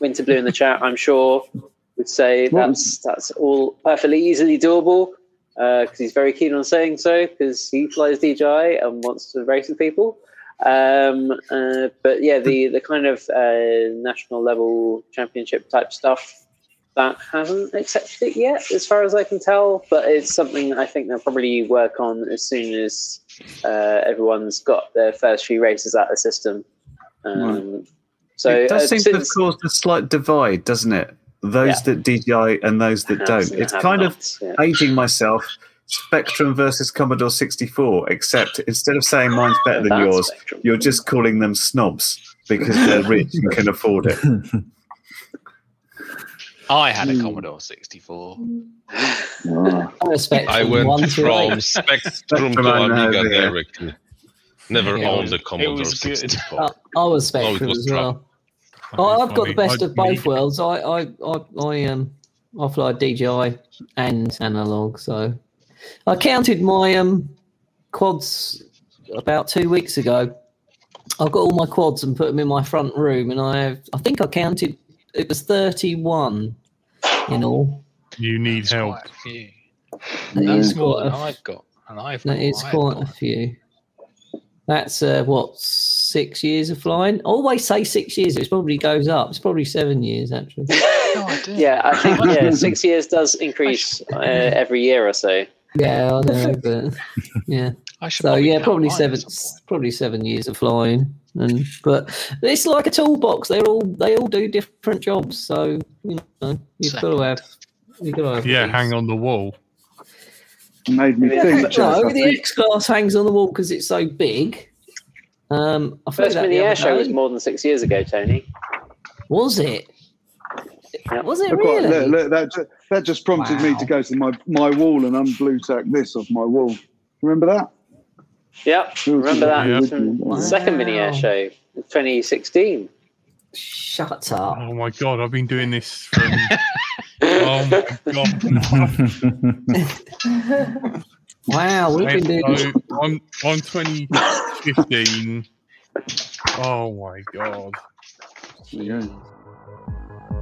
S10: Winter Blue in the chat, I'm sure, would say that's that's all perfectly easily doable because he's very keen on saying so because he flies DJI and wants to race with people. Um, uh, but yeah, the the kind of uh, national level championship type stuff that hasn't accepted it yet, as far as I can tell. But it's something I think they'll probably work on as soon as uh, everyone's got their first few races out of the system. Um, So
S6: it does
S10: uh,
S6: seem to have
S10: since-
S6: caused a slight divide, doesn't it? Those that DJI and those that
S10: Haves
S6: don't.
S10: and
S6: It's
S10: have
S6: kind of
S10: nots, yeah.
S6: aging myself. Spectrum versus Commodore 64, except instead of saying mine's better than yours, you're just calling them snobs because they're rich and can afford it.
S1: I had
S12: Hmm.
S1: a Commodore 64.
S4: I respect.
S7: I went from Spectrum to
S4: I know,
S7: Amiga
S4: yeah.
S7: directly. Never
S4: Yeah, it
S7: owned
S4: was-
S7: a Commodore
S4: was good.
S7: 64.
S4: Uh, I, I was
S7: Oh,
S4: Spectrum
S7: it was
S4: as
S7: crap.
S4: well. I, I've got the
S7: funny.
S4: best
S7: I-
S4: of both worlds. I, I, I, I um, I fly DJI and analog. So I counted my um quads about two weeks ago. I got all my quads and put them in my front room, and I have, I think I counted it was thirty-one in all.
S5: You need help.
S4: That
S1: That's
S4: is
S1: more
S4: quite
S1: than
S4: a-
S1: I've got. And I've got
S4: That is
S1: I've
S4: quite
S1: got.
S4: a few. That's uh, what six years of flying. I always say six years. It probably goes up. It's probably seven years actually. Oh,
S10: yeah, I think yeah, six years does increase uh, every year or so.
S4: yeah, I know, but yeah.
S1: I should
S4: so
S1: probably
S4: yeah,
S1: count
S4: probably
S1: mine at
S4: seven, probably seven years of flying. And but it's like a toolbox. They're all they all do different jobs. So you know you've got to have you've got to have
S5: Yeah, hang on the wall.
S12: Made me
S4: Yeah,
S12: think.
S4: but
S12: Jeff, I
S4: no, the
S12: think-
S4: X class hangs on the wall because it's so big. Um, I flew
S10: First
S4: that
S10: mini
S4: the
S10: air
S4: other
S10: show was
S4: day.
S10: more than six years ago, Tony.
S4: Was it? Was it
S12: Look what-
S4: really?
S12: look, look, that, ju- that just prompted me to go to my, my wall and unblue tack this off my wall. Remember that?
S10: Yep, remember that from second
S12: Wow.
S10: mini show, 2016.
S4: Shut up.
S5: Oh my god, I've been doing this from. oh my god. no.
S4: Wow, Oh, we've been doing this.
S5: So, I'm, I'm 2015. oh my god.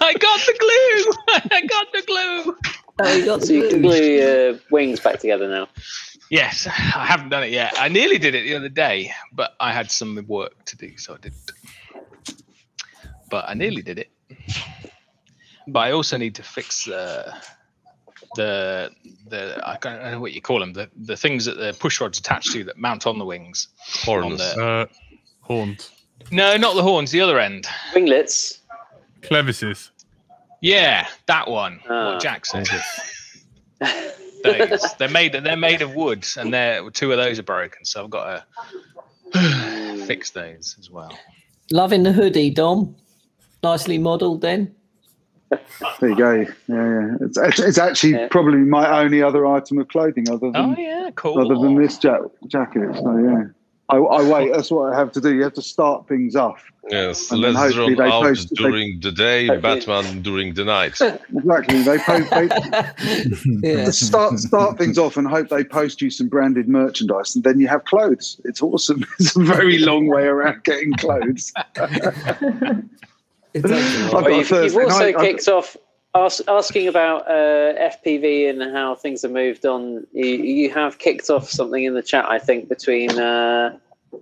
S1: I got the glue. I got the glue.
S4: Oh, you got
S10: so you can glue your uh, wings back together now.
S1: Yes, I haven't done it yet. I nearly did it the other day, but I had some work to do, so I didn't. But I nearly did it. But I also need to fix uh, the the I can't- I don't know what you call them the, the things that the push rods attached to that mount on the wings. On
S5: Horns.
S1: the,
S5: Uh, horns.
S1: no, not the horns. The other end.
S10: Winglets.
S5: Clevises.
S1: Yeah, that one.
S5: Ah.
S1: what Jack said. Those. They're made. They're made of wood, and they're two of those are broken. So I've got to fix those as well.
S4: Loving the hoodie, Dom. Nicely modelled then.
S12: There you go. Yeah, yeah. It's, it's, it's actually probably my only other item of clothing other than,
S1: Oh, yeah,
S12: other than this ja- jacket. So, yeah. I, I wait. That's what I have to do. You have to start things off.
S7: Yes,
S12: And then
S7: let's
S12: hopefully
S7: drone
S12: they
S7: out
S12: post- they-
S7: during the day, Batman during the night.
S12: Exactly. They post. They, Start start things off and hope they post you some branded merchandise, and then you have clothes. It's awesome. It's a very long way around getting clothes. I've got
S10: Well,
S12: a
S10: you've, you've
S12: Thursday
S10: also
S12: night- I've-
S10: kicked off ask, asking about uh, FPV and how things have moved on. You, you have kicked off something in the chat, I think, between. Uh,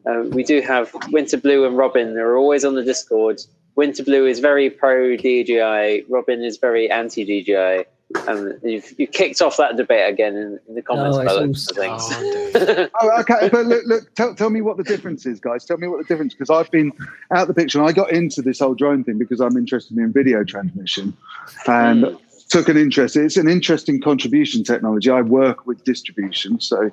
S10: uh, we do have Winter Blue and Robin. They're always on the Discord. Winter Blue is very pro DJI. Robin is very anti DJI. Um, you've, you kicked off that debate again in, in the comments
S12: No,
S10: about
S12: it's
S10: those things.
S12: oh, okay. But look, look tell, tell me what the difference is, guys. Tell me what the difference because I've been out the picture and I got into this whole drone thing because I'm interested in video transmission and took an interest. It's an interesting contribution technology. I work with distribution, so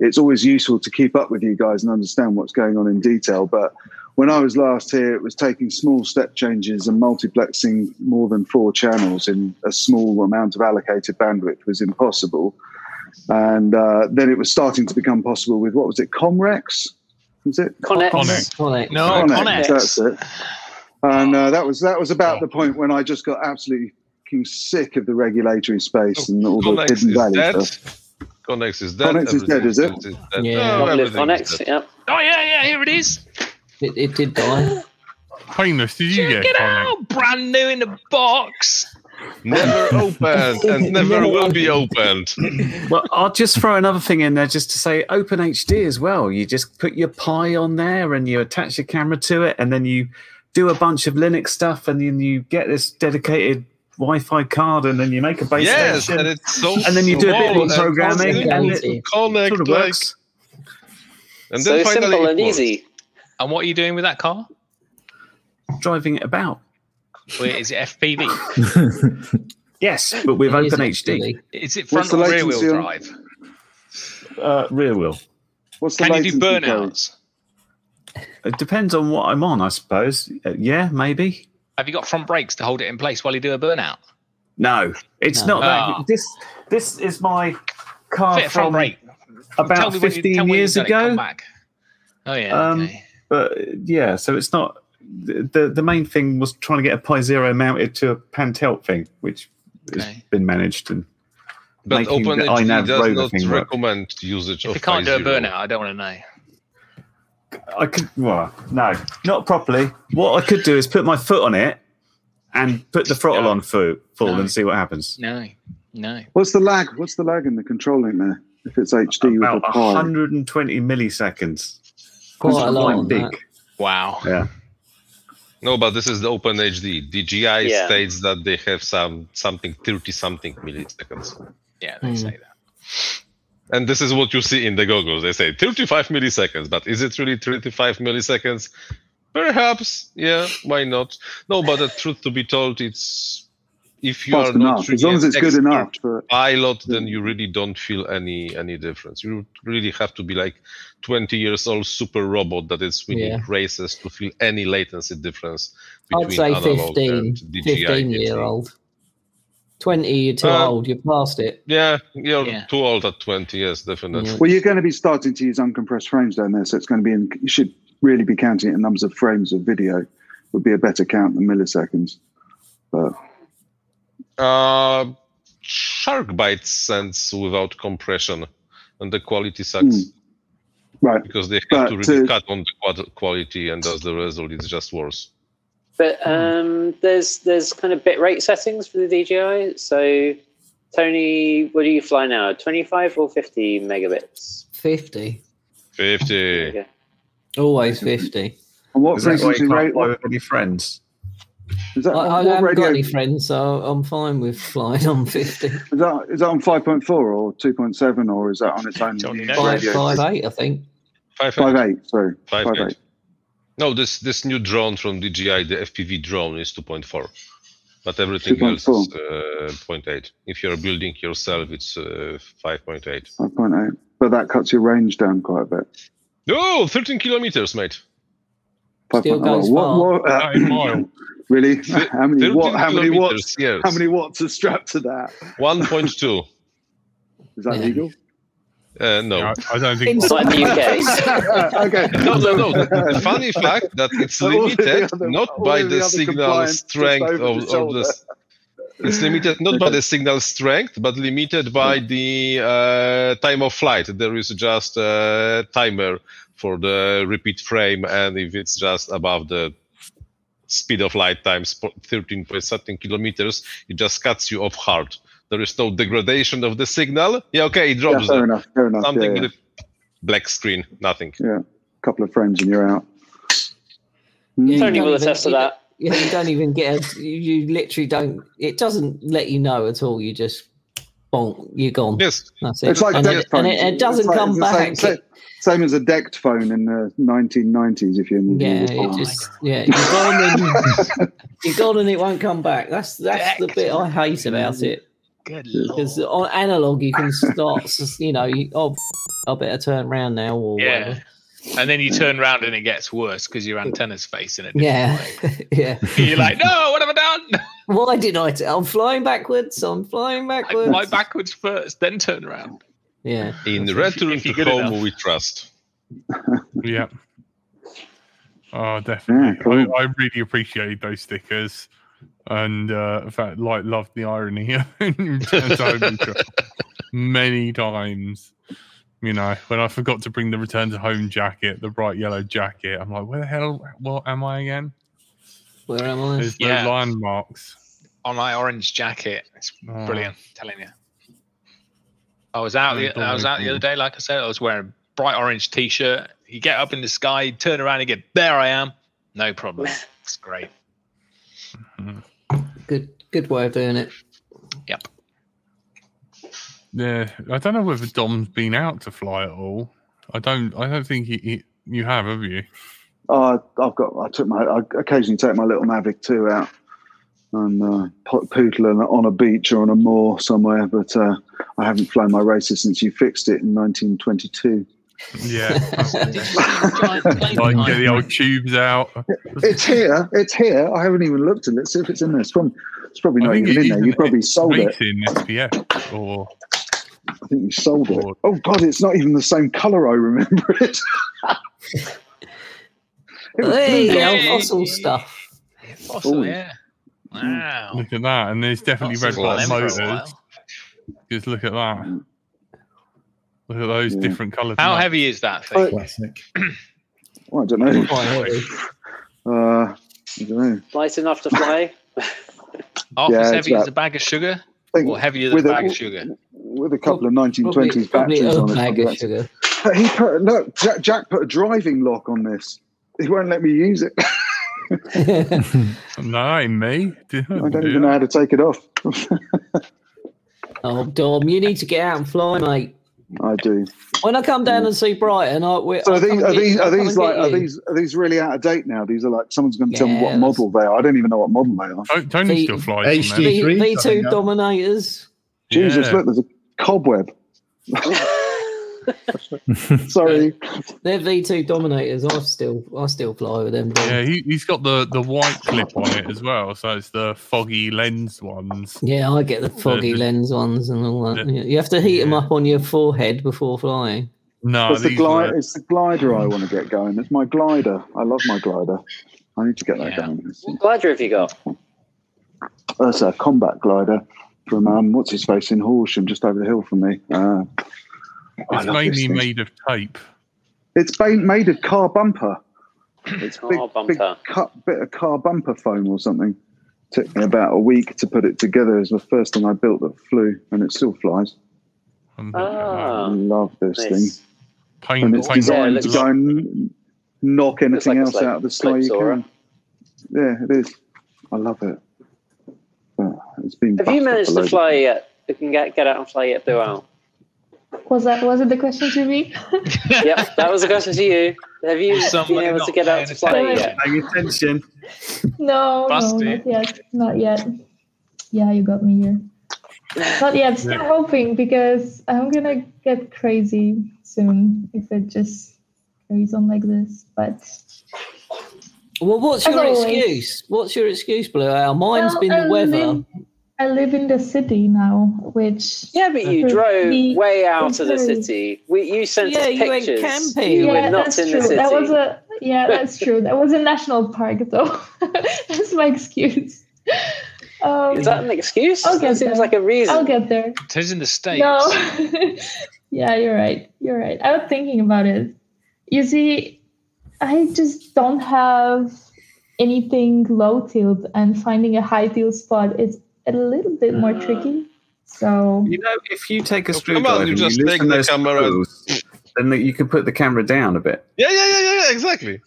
S12: it's always useful to keep up with you guys and understand what's going on in detail. But when I was last here, it was taking small step changes and multiplexing more than four channels in a small amount of allocated bandwidth was impossible and uh, then it was starting to become possible with what was it, Comrex? Was it
S10: Connex?
S4: Connex.
S1: No, Connex.
S12: That's it. And
S7: Oh.
S12: uh, that was that was about the point when I just got absolutely fucking sick of the regulatory space and all the
S7: Connex
S12: hidden
S7: Oh, is
S12: valley
S7: dead.
S12: stuff.
S7: Connex is dead.
S12: Connex is dead,
S7: everything
S12: is it?
S7: dead.
S4: Yeah.
S7: No,
S4: Long live
S7: everything is
S4: Connex,
S7: dead.
S10: yep.
S1: Oh yeah, yeah. Here it is.
S4: It, it did die.
S5: Painless. Did you
S1: Check
S5: get
S1: it
S5: Connex?
S1: out. Brand new in the box.
S7: Never opened and never will be opened.
S6: well, I'll just throw another thing in there just to say open HD as well. You just put your Pi on there and you attach your camera to it, and then you do a bunch of Linux stuff, and then you get this dedicated Wi Fi card, and then you make a base
S7: Yes,
S6: station.
S7: and it's so
S6: And then you do a bit
S7: small
S6: more
S7: and
S6: programming, and
S7: possible to
S6: it
S7: connect,
S6: sort of
S7: like-
S6: works.
S7: And then finally it works.
S1: And what are you doing with that car?
S6: Driving it about.
S1: Well, is it FPV?
S6: Yes, but with
S1: It is
S6: open HD.
S1: Is it
S6: What's
S1: front
S6: the
S1: or rear wheel
S6: latency on-
S1: drive?
S6: Uh, rear wheel.
S12: What's
S1: Can you do burnouts?
S6: It depends on what I'm on, I suppose. Uh, yeah, maybe.
S1: Have you got front brakes to hold it in place while you do a burnout?
S6: No, it's
S1: No.
S6: not that.
S1: Ah.
S6: This this is my car
S1: Fit a front
S6: from
S1: brake. Tell
S6: about
S1: me when you-
S6: 15
S1: tell me when
S6: years
S1: you've done it,
S6: ago.
S1: come back. Oh yeah.
S6: um, But uh, yeah, so it's not the the- the main thing was trying to get a Pi Zero mounted to a Pantelt thing, which has been managed and
S7: But
S6: making the
S7: OpenHD
S6: iNav
S7: does
S6: rover
S7: not
S6: thing work.
S7: recommend usage
S1: If
S7: of
S1: you can't do a
S7: Phi-Zero.
S1: burnout, I don't want to know.
S6: I could well no, not properly. What I could do is put my foot on it and put the throttle on full, full and see what happens.
S1: No, no.
S12: What's the lag? What's the lag in the controlling there? If it's HD
S6: About
S12: with a Pi,
S6: 120 milliseconds.
S12: Quite a
S6: It's
S12: lot on
S6: big.
S12: that.
S1: Wow.
S6: Yeah.
S7: No, but this is the Open HD. DJI
S1: Yeah.
S7: states that they have some something thirty something milliseconds.
S1: Yeah, they say that.
S7: And this is what you see in the goggles. They say 35 milliseconds, but is it really 35 milliseconds? Perhaps, yeah, why not? No, but the truth to be told, it's if you
S12: Fast
S7: are not
S12: enough,
S7: really
S12: as long as
S7: an
S12: it's good
S7: expert
S12: enough. uh, But
S7: pilot, then you really don't feel any any difference. You really have to be like 20 years old super robot that is winning
S4: Yeah.
S7: races to feel any latency difference between um,
S4: I'd say
S7: analog
S4: 15,
S7: and DJI.
S4: 15 year old. 20, you're too
S7: Uh,
S4: old. You're past it.
S7: Yeah, you're too old at 20, yes, definitely.
S12: well, you're going to be starting to use uncompressed frames down there, so it's going to be in. You should really be counting it in numbers of frames of video. Would be a better count than milliseconds. But
S7: Uh, Sharkbite sends without compression, and the quality sucks.
S12: Hmm. Right. uh,
S7: Because they have to really cut on the quad- quality, and as the result, it's just worse.
S10: But
S1: Hmm.
S10: um, there's there's kind of bit rate settings for the DJI. So Tony, what do you fly now? Twenty five or fifty megabits?
S4: 50.
S7: 50.
S4: Always 50.
S12: And
S4: what frequency rate-
S6: with any friends?
S12: is
S4: I,
S12: that
S4: I
S12: what
S4: haven't
S12: radio-
S4: got any friends, so I'm fine with flying on 50.
S12: is that is that on five point four or two point seven or is that on its own?
S4: Five,
S12: radio?
S4: five, eight, I think.
S7: Five,
S12: Five eight. Sorry.
S7: Five,
S12: Five
S7: eight. No, this this new drone from DJI, the FPV drone, is 2.4, but everything else is uh, 0.8. If you're building yourself, it's uh, 5.8.
S12: Five point eight. But that cuts your range down quite a bit.
S7: No, 13 Oh, kilometers, mate.
S12: Five
S7: Still
S12: point- oh,
S7: goes
S12: what-
S7: far.
S12: what- uh,
S7: Nine mile.
S12: Really? How many,
S7: 13
S12: watt, how many watts?
S7: kilometers, yes.
S12: How many watts are strapped to that?
S7: 1.2.
S12: Is that legal?
S7: Uh, no.
S5: I don't
S7: think
S12: Inside the UK. okay.
S7: No, no, no. The, the funny fact that it's
S12: All the
S7: limited
S12: other-
S7: not
S12: all
S7: by
S12: the
S7: the
S12: other
S7: signal
S12: compliance
S7: strength
S12: is over
S7: of,
S12: the
S7: of the. s- It's limited not by the signal strength, but limited by the uh, time of flight. There is just a timer for the repeat frame, and if it's just above the speed of light times po- 13 point something kilometers, it just cuts you off hard. There is no degradation of the signal. Yeah, okay, it drops.
S12: fair
S7: there.
S12: enough, fair enough,
S7: Something
S12: yeah,
S7: with a black screen, nothing.
S12: Yeah. A couple of frames and you're out. Mm.
S4: You don't even- you don't- Yeah, you don't even get a, you, you literally don't, it doesn't let you know at all. You just, bonk, you're gone.
S7: Yes.
S4: That's it.
S12: It's like
S4: and,
S12: decked
S4: it, and
S12: phones.
S4: it, it
S12: It's
S4: doesn't
S12: like-
S4: come
S12: it's the same-
S4: back.
S12: Same, same as a decked phone in the 1990s, if you're in
S4: Yeah,
S12: the
S4: it just yeah, you're gone and you're gone and it won't come back. That's that's the bit I hate about it.
S1: Good
S4: because on analog you can start, s- you know, you, oh, I better turn round now or
S1: Yeah. And then you turn around and it gets worse because your antenna's facing it.
S4: yeah, yeah.
S1: You're like, no, what have I done?
S4: Why did I? T- I'm flying backwards. I'm flying backwards.
S1: Fly backwards first, then turn around.
S4: Yeah.
S7: In return to
S1: good
S7: home, we trust.
S5: yeah. Oh, definitely. I, I really appreciated those stickers, and uh, in fact, like loved the irony in Tony Tr- many times. You know, when I forgot to bring the return to home jacket, the bright yellow jacket, I'm like, where the hell? What am I again?
S4: Where am I?
S5: There's no landmarks.
S1: On my orange jacket. It's
S4: Ah.
S5: Oh.
S1: brilliant, I'm telling you. I was out the I was out the other day, like I said, I was wearing a bright orange t shirt. You get up in the sky, you turn around and get there I am. No problem. It's great.
S4: Good, good way of doing it.
S5: Yeah, I don't know whether Dom's been out to fly at all. I don't. I don't think he, he, you have, have you?
S12: Oh, I've got. I took my. I occasionally take my little Mavic two out and uh, po- poodle on, on a beach or on a moor somewhere. But uh, I haven't flown my racer since you fixed it in 1922.
S5: Yeah. like get the old tubes out.
S12: It's here. It's here. I haven't even looked at it. Let's see if it's in there. It's, prob- it's probably
S5: I
S12: not
S5: think it
S12: even in there.
S5: is
S12: You
S5: an
S12: probably sold it.
S5: Racing SPF or
S12: I think you sold it. Oh God, it's not even the same colour I remember it. It was
S4: Hey,
S12: blue.
S4: old fossil stuff.
S1: Fossil,
S12: Ooh.
S1: yeah. Wow.
S5: look at that, and there's definitely
S1: Lots
S5: red bottom
S1: of glamour
S5: motors.
S1: for a
S5: Just look at that. Look at those different colours.
S1: How heavy is that thing?
S12: Oh, I don't know. Uh, I don't know.
S10: Light enough to fly.
S1: Half
S12: Yeah,
S1: as
S12: it's
S1: heavy as
S12: about-
S1: a bag of sugar?
S12: think
S1: Or heavier than a
S12: with a-
S1: bag of sugar?
S12: with a couple of 1920s
S4: probably
S12: batteries
S4: a
S12: on it.
S4: bag of
S12: probably that's- But he put look, Jack, Jack put a driving lock on this. He won't let me use it.
S5: no, ain't me. I
S12: I don't even know how to take it off.
S4: oh, Dom, you need to get out and fly, mate.
S12: I do.
S4: When I come down and see Brighton, I we
S12: So
S4: I'll
S12: are
S4: come
S12: these
S4: and
S12: are
S4: get
S12: these
S4: you-
S12: are
S4: I'll come and
S12: these like
S4: get
S12: are
S4: you.
S12: these are these really out of date now? These are like someone's going to tell me
S4: Yeah,
S12: what model they are. I don't even know what model they are.
S5: Tony still flies. from
S4: V-
S5: there.
S4: V2 dominators.
S12: Jesus,
S5: Yeah.
S12: look, there's a cobweb. Sorry.
S4: They're V2 dominators. I still I still fly with them. Dom.
S5: Yeah, he, he's got the, the white clip on it as well, so it's the foggy lens ones.
S4: Yeah, I get the foggy
S5: the-
S4: lens ones and all that. Yeah, you have to heat them up on your forehead before flying.
S5: No,
S12: it's, the glide, it's the glider I want to get going. It's my glider. I love my glider. I need to get that going.
S10: What glider have you got?
S12: That's a combat glider from um, what's his face in Horsham, just over the hill from me. Uh, I
S5: It's
S12: love
S5: mainly
S12: these things.
S5: made of tape.
S12: It's ba- made of car bumper. It's
S10: Car
S12: big, big
S10: bumper.
S12: cut bit of car bumper foam or something. Took me about a week to put it together. It's the first thing I built that flew, and it still flies.
S10: Ah,
S12: I love this
S10: nice.
S12: thing.
S5: Paint-
S12: and it's
S5: paint-
S12: designed
S5: Yeah, it
S12: to
S5: looks-
S12: go and knock anything
S10: like a
S12: else
S10: slate-
S12: out of the sky you
S10: slate Zora.
S12: can. Yeah, it is. I love it. But it's been
S10: Have you
S12: busted
S10: managed
S12: below
S10: to fly yet? You can get, get out and fly yet, Dual.
S9: Was that was it the question to me?
S10: yep, that was a question to you. Have you been
S9: somebody
S10: able to get out to fly
S9: attention?
S10: yet?
S6: Paying attention.
S9: no, no,
S6: Busty.
S9: not yet, not yet. Yeah, you got me here. Not yet. Still
S5: Yeah.
S9: hoping because I'm gonna get crazy soon if it just carries on like this. But
S4: Well, what's
S9: As
S4: your
S9: always.
S4: excuse? What's your excuse, Blue Owl? Mine's
S9: Well,
S4: been the
S9: I
S4: weather.
S9: live- I live in the city now, which
S10: Yeah, but you
S9: for
S10: drove
S9: me
S10: way out of the
S9: very-
S10: city. We, you sent us
S4: Yeah, you went
S10: pictures.
S4: camping.
S10: You
S9: yeah,
S10: were not
S9: that's
S10: in
S9: true.
S10: the city.
S9: That was a yeah, that's true. That was a national park, though. that's my excuse. Um,
S10: Is that an excuse?
S9: I'll
S10: That
S9: get
S10: seems
S9: there.
S10: like a reason.
S9: I'll get there.
S1: It is in the States.
S9: No. yeah, you're right. You're right. I was thinking about it. You see, I just don't have anything low tilt, and finding a high tilt spot is a little bit
S10: Uh.
S9: more tricky. So
S6: You know, if you take a
S7: come on,
S6: screwdriver,
S7: you
S6: and
S7: just
S6: you
S7: take
S6: loosen
S7: the
S6: those
S7: camera.
S6: screws, then you can put the camera down a bit.
S7: Yeah, yeah, yeah, yeah, yeah, exactly.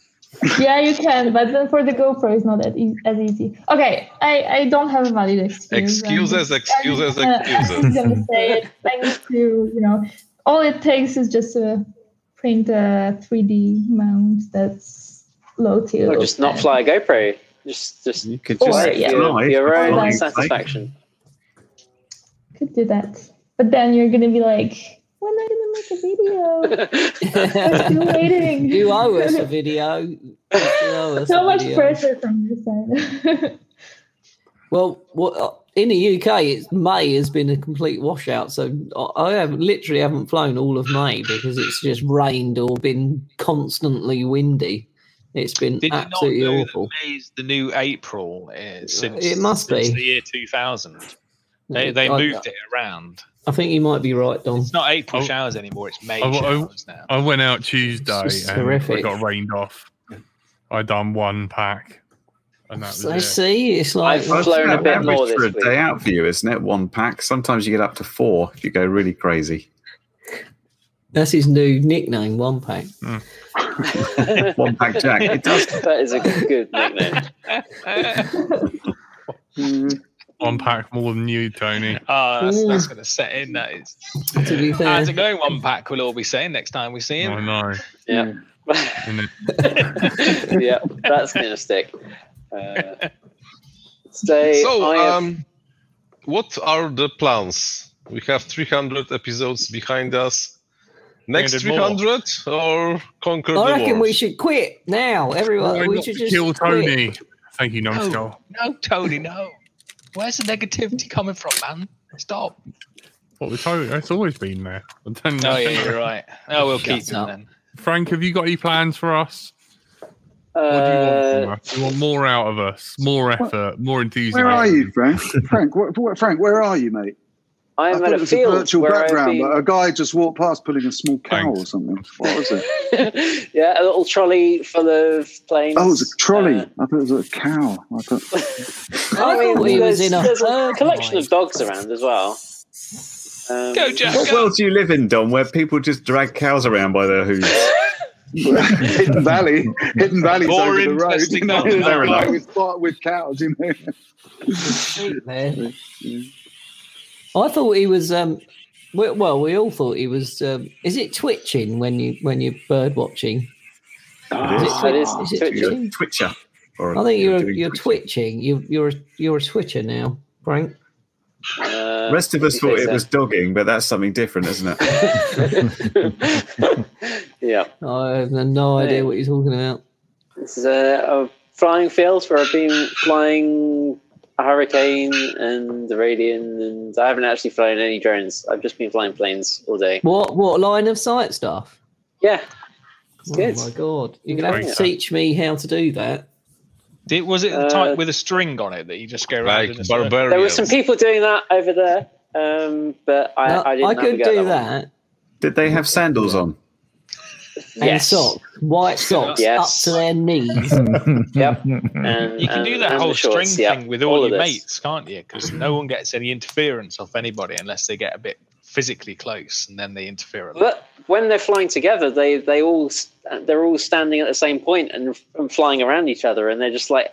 S9: yeah, you can, but then for the GoPro, it's not that e- as easy. Okay, I, I don't have a valid excuse. I'm uh,
S7: Excuses, excuses, excuses.
S9: I'm gonna say it. I need to, you know, all it takes is just to print a 3D mount that's low tilt.
S10: Or just not fly a GoPro. Just, just you
S6: could
S9: just Or, yeah.
S10: your,
S9: fly.
S10: your own
S9: Fly.
S10: satisfaction.
S9: Could do that, but then you're gonna be like, when am I gonna make a video? I'm still waiting.
S4: you owe us a video. You owe us
S9: so
S4: a
S9: much
S4: video.
S9: pressure from your side.
S4: Well, what, in the UK, it's, May has been a complete washout. So I I have literally haven't flown all of May because it's just rained or been constantly windy. It's been
S1: Did
S4: absolutely
S1: you not know
S4: awful.
S1: that May's the new April uh, since
S4: It must
S1: since
S4: be.
S1: the year 2000? They,
S4: Yeah,
S1: they
S4: I-
S1: moved it around.
S4: I think you might be right, Don.
S1: It's not
S4: Oh.
S1: April showers anymore. It's May
S5: I, I-
S1: showers now.
S5: I went out Tuesday
S1: It's just
S5: and
S1: horrific.
S5: I got rained off. I done one pack, and that was
S4: I
S5: it.
S4: see. It's like
S10: I've flown a bit more
S6: for
S10: this
S6: a
S10: week.
S6: day out for you, isn't it? One pack. Sometimes you get up to four if you go really crazy.
S4: that's his new nickname, One Pack.
S6: Hmm. One pack Jack. It does.
S10: that is a good nickname.
S5: One pack more than you, Tony.
S1: Ah, that's,
S5: Mm.
S1: that's going to set in. That is.
S4: To be fair.
S1: How's it going? One pack. We'll all be saying next time we see him.
S5: I know.
S10: Yeah. yeah, that's gonna stick. Uh, stay.
S7: So,
S10: I have-
S7: um, what are the plans? We have 300 episodes behind us. Next
S1: 300
S7: 300 or conquer the
S4: I reckon
S7: world?
S4: we should quit now, everyone.
S5: Why
S4: we
S5: not
S4: should
S5: to
S4: just
S5: kill
S4: quit.
S5: Tony. Thank you, Numskull.
S1: No, Tony, no. Where's the negativity coming from, man? Stop.
S5: What was Tony? It's always been there. I don't
S1: Oh,
S5: know.
S1: yeah, you're right. Oh, we'll keep
S4: Shut up.
S1: them then.
S5: Frank, have you got any plans for us?
S10: Uh,
S5: From us? You want more out of us, more effort, more enthusiasm.
S12: Where are you, Frank? Frank, wh- wh- Frank, where are you, mate?
S10: I am
S12: thought
S10: at
S12: it
S10: a
S12: was a
S10: field
S12: virtual
S10: where I've
S12: background,
S10: been-
S12: but a guy just walked past pulling a small cow or something. What was it?
S10: yeah, a little trolley full of planes.
S12: Oh, it was a
S10: uh,
S12: trolley. I thought it was a cow. I thought,
S10: I
S4: I thought
S10: mean,
S4: he was
S10: there's,
S4: in a
S10: there's a
S4: herd.
S10: collection of dogs around as well. Um,
S1: Go, Jack.
S6: What
S1: Go.
S6: world do you live in, Don, where people just drag cows around by their hooves?
S12: Hidden Valley, Hidden Valley's
S11: More
S12: over the road. You
S11: interesting
S12: know,
S11: than
S12: like
S11: Maryland.
S12: with, with cows, you know.
S4: I thought he was. Um, we- well, we all thought he was. Um, is it twitching when you when you're bird watching?
S6: It is.
S4: It is. Is it
S6: You're
S4: twitching?
S6: a Twitcher. Or
S4: I think you're
S6: doing
S4: you're twitching. You, you're you're a twitcher now, Frank.
S10: Uh,
S6: The rest of us thought it was dogging, but that's something different, isn't it?
S10: Yeah.
S4: I have no idea what you're talking about.
S10: This is a, uh, a flying field where I've been flying a Hurricane and the Radian, and I haven't actually flown any drones. I've just been flying planes all day.
S4: What what line of sight stuff?
S10: Yeah.
S4: oh
S10: good.
S4: my god! You're gonna have
S1: Great.
S4: to teach me how to do that.
S1: Did, was it the
S10: Uh,
S1: type with a string on it that you just go around? in a circle?
S10: There were some people doing that over there, um, but I,
S4: No,
S10: I didn't have a
S4: could
S10: go at that. one.
S4: do that.
S6: Did they have sandals on?
S4: And
S10: Yes.
S4: socks, white socks,
S10: Yes.
S4: up to their knees.
S10: yep.
S1: You can do that
S10: and
S1: whole
S10: the shorts,
S1: string
S10: yeah.
S1: thing with all,
S10: of
S1: your
S10: this.
S1: mates, can't you? Because no one gets any interference off anybody unless they get a bit physically close, and then they interfere. A lot.
S10: But when they're flying together, they they all s- they're all standing at the same point and, and flying around each other, and they're just like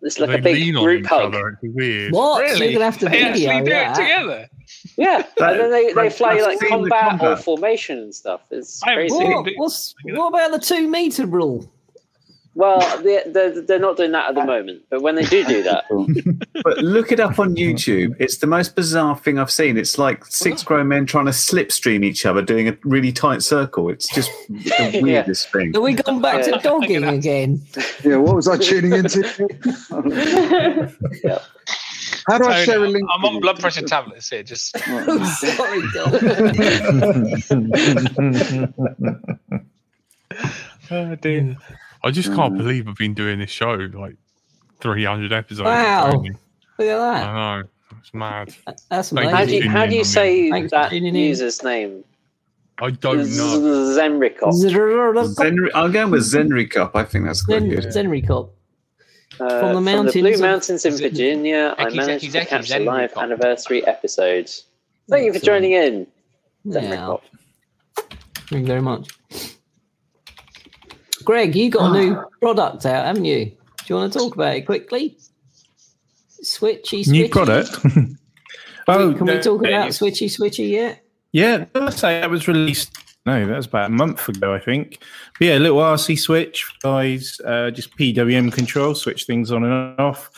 S10: it's like
S5: they
S10: a big
S5: lean on
S10: group
S5: each
S10: hug.
S5: other. It's weird.
S4: What? So you're gonna have to
S1: They actually
S4: video
S1: do
S4: that.
S1: it together.
S10: Yeah,
S1: That-
S10: and then they, they
S1: I've-
S10: fly
S1: I've
S10: like
S1: seen the
S10: combat, or
S1: combat.
S10: formation and stuff. It's
S1: I haven't
S10: crazy.
S1: seen
S4: What, what's, what about the two meter rule?
S10: Well, they're, they're, they're not doing that
S4: Uh,
S10: at the moment, but when they do do that,
S6: But look it up on YouTube. It's the most bizarre thing I've seen. It's like
S10: Oh.
S6: six grown men trying to slipstream each other, doing a really tight circle. It's just the
S10: Yeah.
S6: weirdest thing.
S4: Have we gone back
S10: Yeah.
S4: to dogging again?
S12: Yeah, what was I tuning into? How do I
S1: Tony,
S12: share a
S1: I'm-
S12: link?
S1: I'm on blood pressure tablets here. Just
S4: Sorry,
S1: oh, dear.
S5: I just can't believe I've been doing this show like 300 episodes.
S4: Wow.
S5: Tony.
S4: Look at that.
S5: I know. It's mad.
S4: That's
S5: Thank
S10: how
S4: amazing.
S10: do you,
S5: tuning
S10: how
S5: in, I
S10: do you
S5: mean.
S10: say
S4: Thanks for
S10: that
S4: tuning in.
S10: user's name?
S5: I don't know.
S10: Zemrikov.
S6: Zen, I'm going with Zenry Cup. I think that's quite good.
S4: Zenry Cop.
S10: Uh,
S4: From the mountains
S10: Blue
S4: of-
S10: Mountains in Virginia, I
S1: Eki,
S10: managed
S1: Zeki,
S10: to
S1: Zeki,
S10: catch a
S1: Zenrikov.
S10: live anniversary episode. Thank you for joining in,
S4: Yeah,
S10: Zemrikov.
S4: thank you very much. Greg, you got a new product out, haven't you? Do you want to talk about it quickly? Switchy, switchy.
S3: New product. oh,
S4: Can we
S3: no,
S4: talk
S3: yeah,
S4: about switchy, switchy yet?
S3: Yeah, did I say that was released. No, that was about a month ago, I think. But yeah, little RC switch guys, uh, just PWM control, switch things on and off.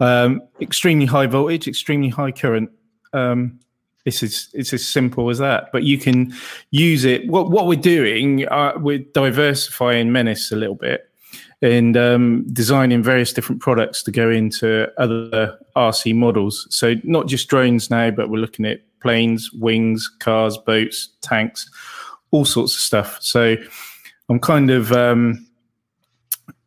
S3: Um, extremely high voltage, extremely high current. Um, this is it's as simple as that. But you can use it. What what we're doing, uh, we're diversifying Menace a little bit and um, designing various different products to go into other RC models. So not just drones now, but we're looking at planes, wings, cars, boats, tanks, all sorts of stuff. So I'm kind of um,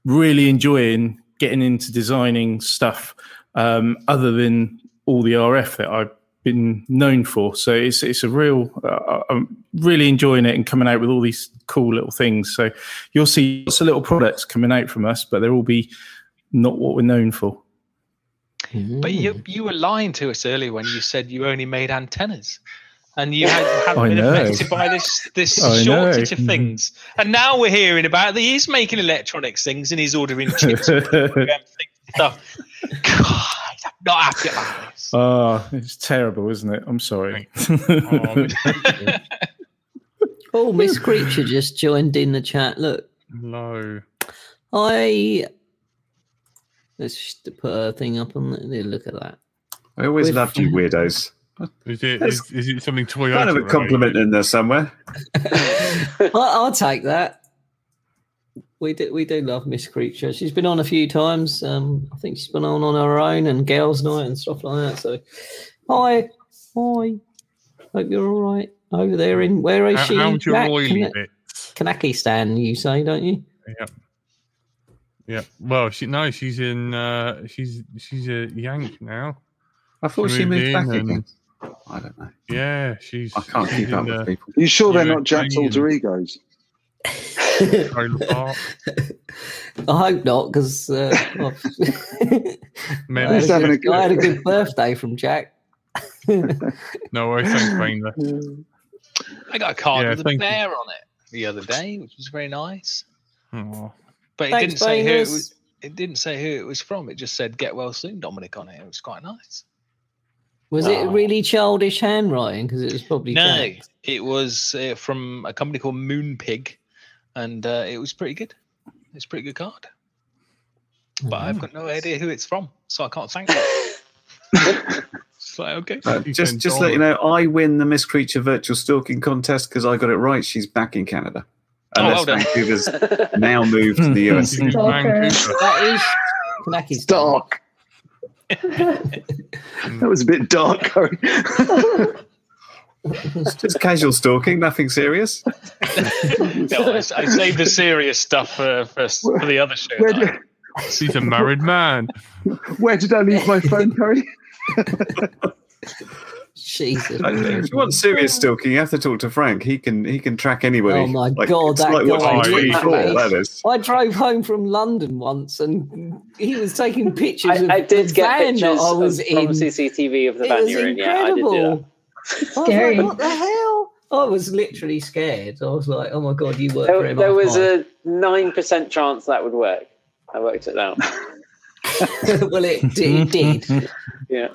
S3: really enjoying getting into designing stuff um, other than all the RF that I've been known for. So it's it's a real uh, I'm really enjoying it and coming out with all these cool little things. So you'll see lots of little products coming out from us, but they'll all be not what we're known for.
S1: But you you were lying to us earlier when you said you only made antennas. And you had-
S3: I
S1: haven't been
S3: know.
S1: affected by this this
S3: I know. Mm.
S1: shortage of things. And now we're hearing about that he's making electronics things and he's ordering chips and program things and stuff. God, I'm not happy about this.
S3: Ah, it's terrible, isn't it? I'm sorry.
S5: Oh,
S4: Oh, Miss Creature just joined in the chat. Look,
S5: no.
S4: I let's just put a thing up on there. Look at that.
S6: I always
S4: With-
S6: loved you weirdos.
S5: Is it, is, is it something Toyota?
S6: Kind of a
S5: related?
S6: compliment in there somewhere.
S4: I, I'll take that. We do, we do love Miss Creature. She's been on a few times. Um, I think she's been on on her own and girls' night and stuff like that. So, hi, hi. Hope you're all right over there. In where is
S5: How,
S4: she?
S5: how's your
S4: Back
S5: oily
S4: Kana-
S5: bit?
S4: Kanakistan, you say, don't you?
S5: Yeah. Well, she no, she's in. Uh, she's she's a Yank now.
S6: I thought she
S5: moved
S6: moved
S5: in
S6: back
S5: and-
S6: again. I don't know.
S5: Yeah, she's.
S6: I can't
S5: she's
S6: keep up
S5: in,
S6: with
S5: uh,
S6: people.
S12: You sure they're
S5: You're
S12: not Jack's
S5: Italian.
S12: alter egos?
S5: Trailer Park.
S4: I hope not, because uh, well, I,
S5: Mem-
S4: had
S12: He's
S4: a
S12: having a
S4: good- I had a
S12: good-
S4: good birthday from Jack.
S5: no worries, thanks, Rainer.
S1: I got a card
S5: Yeah,
S1: with a
S5: thank you.
S1: bear on it the other day, which was very nice. But it
S4: Thanks,
S1: didn't say who it
S4: Bainers.
S1: was. It didn't say who it was from. It just said "Get well soon, Dominic" on it. It was quite nice.
S4: Was it really childish handwriting? Because it was probably
S1: No,
S4: Jack.
S1: it was uh, from a company called Moonpig, and uh, it was pretty good. It's a pretty good card, but I've got no idea who it's from, so I can't thank you. it's like okay,
S6: Uh, just just let you know, I win the Miss Creature virtual stalking contest because I got it right. She's back in Canada.
S1: Oh, well
S6: Unless
S1: done.
S6: Vancouver's now moved to the US.
S4: That is Kaneki's dark.
S6: That was a bit dark, Corey. it's just casual stalking, nothing serious.
S1: no, I, I saved the serious stuff for for, for the other show.
S12: Where
S1: that
S5: He's a married man.
S12: Where did I leave my phone, Harry?
S4: Jesus.
S6: Like, if you want serious stalking, you have to talk to Frank. He can he can track anybody.
S4: Oh my
S6: Like,
S4: god,
S6: it's
S4: that
S6: like
S4: guy!
S6: watching
S4: did that,
S6: 24,
S4: mate.
S6: that is.
S4: I drove home from London once, and he was taking pictures. of
S10: I did
S4: the
S10: get
S4: van that
S10: pictures
S4: I was
S10: of,
S4: in.
S10: from CCTV of the
S4: It
S10: van
S4: was
S10: you were in. Yeah, I did do that.
S4: incredible. I was
S9: Scary.
S4: like, what the hell? I was literally scared. I was like, oh my god, you work for
S10: There,
S4: him.
S10: there
S4: I'm
S10: was
S4: fine.
S10: a nine percent chance that would work. I worked it out.
S4: well, it did. it did.
S10: Yeah.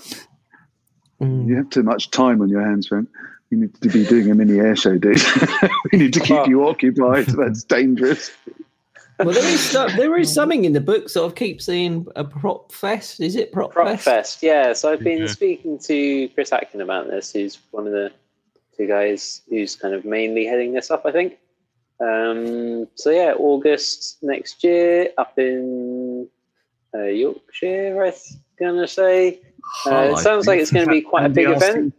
S6: Mm.
S12: You have too much time on your hands, man. You need to be doing a mini air show, dude. we need to keep you occupied. That's dangerous.
S4: Well, there is so- there is something in the book. Sort of keep seeing a prop fest. Is it prop,
S10: Prop
S4: fest?
S10: Fest, yeah. So I've been
S4: Yeah.
S10: speaking to Chris Atkin about this, who's one of the two guys who's kind of mainly heading this up, I think. Um, so yeah, August next year up in uh, Yorkshire, I'm gonna say. Uh, it sounds like it's going to be quite a big event.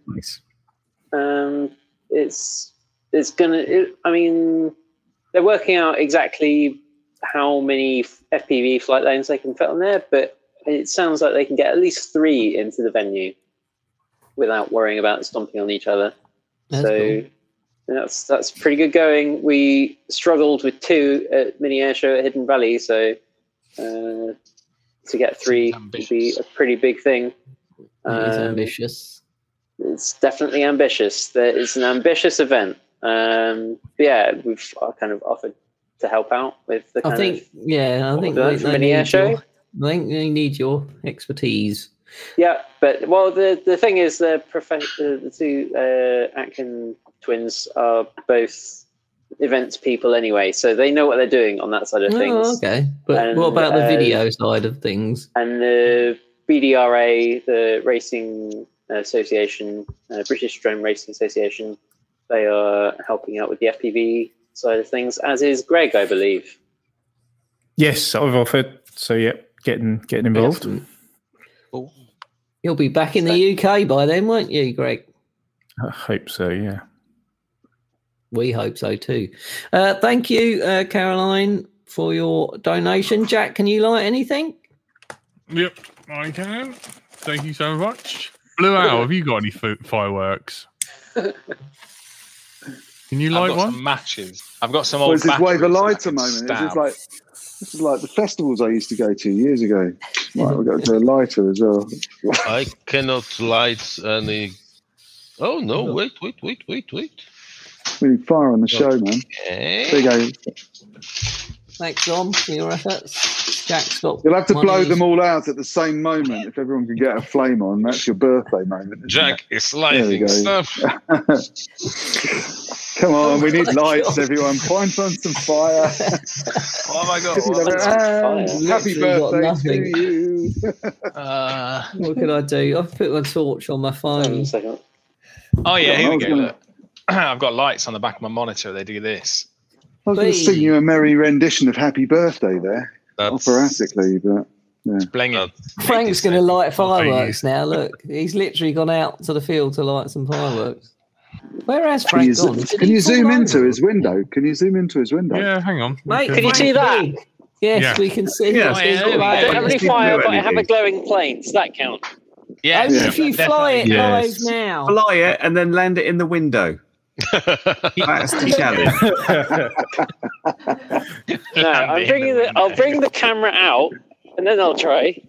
S10: Um, it's it's gonna. It, I mean, they're working out exactly how many FPV flight lanes they can fit on there, but it sounds like they can get at least three into the venue without worrying about stomping on each other.
S4: That's
S10: so that's that's pretty good going. We struggled with two at Mini Air Show at Hidden Valley, so uh, to get three would be a pretty big thing.
S4: It is
S10: Um,
S4: ambitious.
S10: it's definitely ambitious. There, it's an ambitious event. Um, but yeah, we've uh, kind of offered to help out with the kind
S4: I think,
S10: of
S4: yeah, I think
S10: learned
S4: they,
S10: from
S4: they
S10: an air
S4: need
S10: show?
S4: your, I think they need your expertise.
S10: yeah. But well, the the thing is, the prof- the, the two uh, Atkin twins are both events people anyway, so they know what they're doing on that side of
S4: Oh,
S10: things.
S4: okay. But
S10: And,
S4: what about the
S10: uh,
S4: video side of things?
S10: and the BDRA, the Racing Association, uh, British Drone Racing Association, they are helping out with the FPV side of things, as is Greg, I believe.
S3: Yes, I've offered. So yeah, getting getting involved.
S4: You'll be back in the UK by then, won't you, Greg?
S3: I hope so. Yeah.
S4: We hope so too. Uh, thank you, uh, Caroline, for your donation. Jack, can you light anything?
S5: Yep, I can. Thank you so much. Blue Owl, have you got any fi- fireworks? Can you
S1: I've
S5: light
S1: got
S5: one?
S1: some matches. I've got some
S12: Or
S1: old.
S12: is this
S1: batteries
S12: wave of
S1: that I
S12: light a
S1: can
S12: moment? Is this
S1: stab.
S12: like this is like the festivals I used to go to years ago? Right, we got to a lighter as well.
S7: I cannot light any. Oh no! Wait, wait, wait, wait, wait.
S12: We need fire on the show, man. There you go.
S4: Thanks, Dom, for your efforts. Jack's got.
S12: You'll have to
S4: one of
S12: blow
S4: these.
S12: them all out at the same moment if everyone can get a flame on. That's your birthday moment.
S7: Jack is
S12: There we go.
S7: lighting stuff.
S12: Come on, we need lights, everyone. Point on some fire.
S1: Oh my god!
S12: Give me the hand. Happy
S4: Literally got
S12: birthday
S4: nothing.
S12: to you.
S1: Uh,
S4: What can I do? I've put my torch on my phone.
S1: oh yeah, here
S12: I
S1: we
S12: was
S1: go.
S12: gonna-
S1: look. I've got lights on the back of my monitor. They do this.
S12: I was going to
S1: Please.
S12: sing you a merry rendition of Happy Birthday there, operatically, but yeah.
S1: Bling it.
S4: Frank's going to light fireworks now. Look, he's literally gone out to the field to light some fireworks. Where has
S12: Can
S4: Frank
S12: you, zo-
S4: gone? Did
S12: can
S4: he
S12: you
S4: fall
S12: zoom
S4: over?
S12: into his window? Can you zoom into his window?
S5: Yeah, hang on.
S4: Mate,
S10: Can you
S4: Frank
S10: see that?
S4: Big. Yes,
S12: Yeah.
S4: we can see.
S12: Yeah.
S4: what's in
S12: Yeah,
S4: the
S12: yeah,
S10: I
S4: bag.
S10: don't have any fire, but I have a glowing plane. Does that count?
S1: Yeah.
S4: Only if you fly it
S6: Yes.
S4: live now.
S6: Fly it and then land it in the window. That's the challenge.
S10: No, I'm bringing the. I'll bring the camera out, and then I'll try.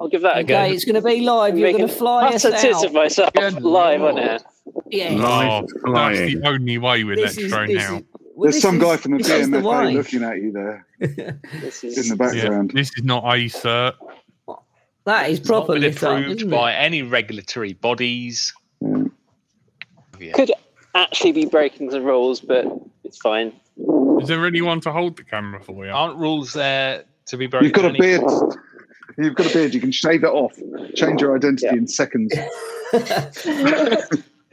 S10: I'll give that a go.
S4: Okay, it's going to be live. You're
S10: Making
S4: going to fly us
S10: utter tits
S4: out.
S10: of myself live on air.
S4: Yeah.
S5: Oh, that's the only way we're
S4: This
S5: next
S4: is-
S5: drone
S4: this
S5: now.
S4: is-
S12: There's some guy from the
S5: this is the
S12: BMFA
S5: wine.
S12: looking at you there
S4: This
S12: in the background.
S5: Yeah, this is not ICERT.
S4: That is
S1: proper
S4: lit up,
S1: approved
S4: isn't
S1: by any regulatory bodies.
S10: Could actually be breaking the rules, but it's fine.
S5: Is there anyone to hold the camera for you?
S1: Aren't rules there to be broken?
S12: You've got a
S1: any-
S12: beard. You've got a beard. You can shave it off. Change your identity in seconds.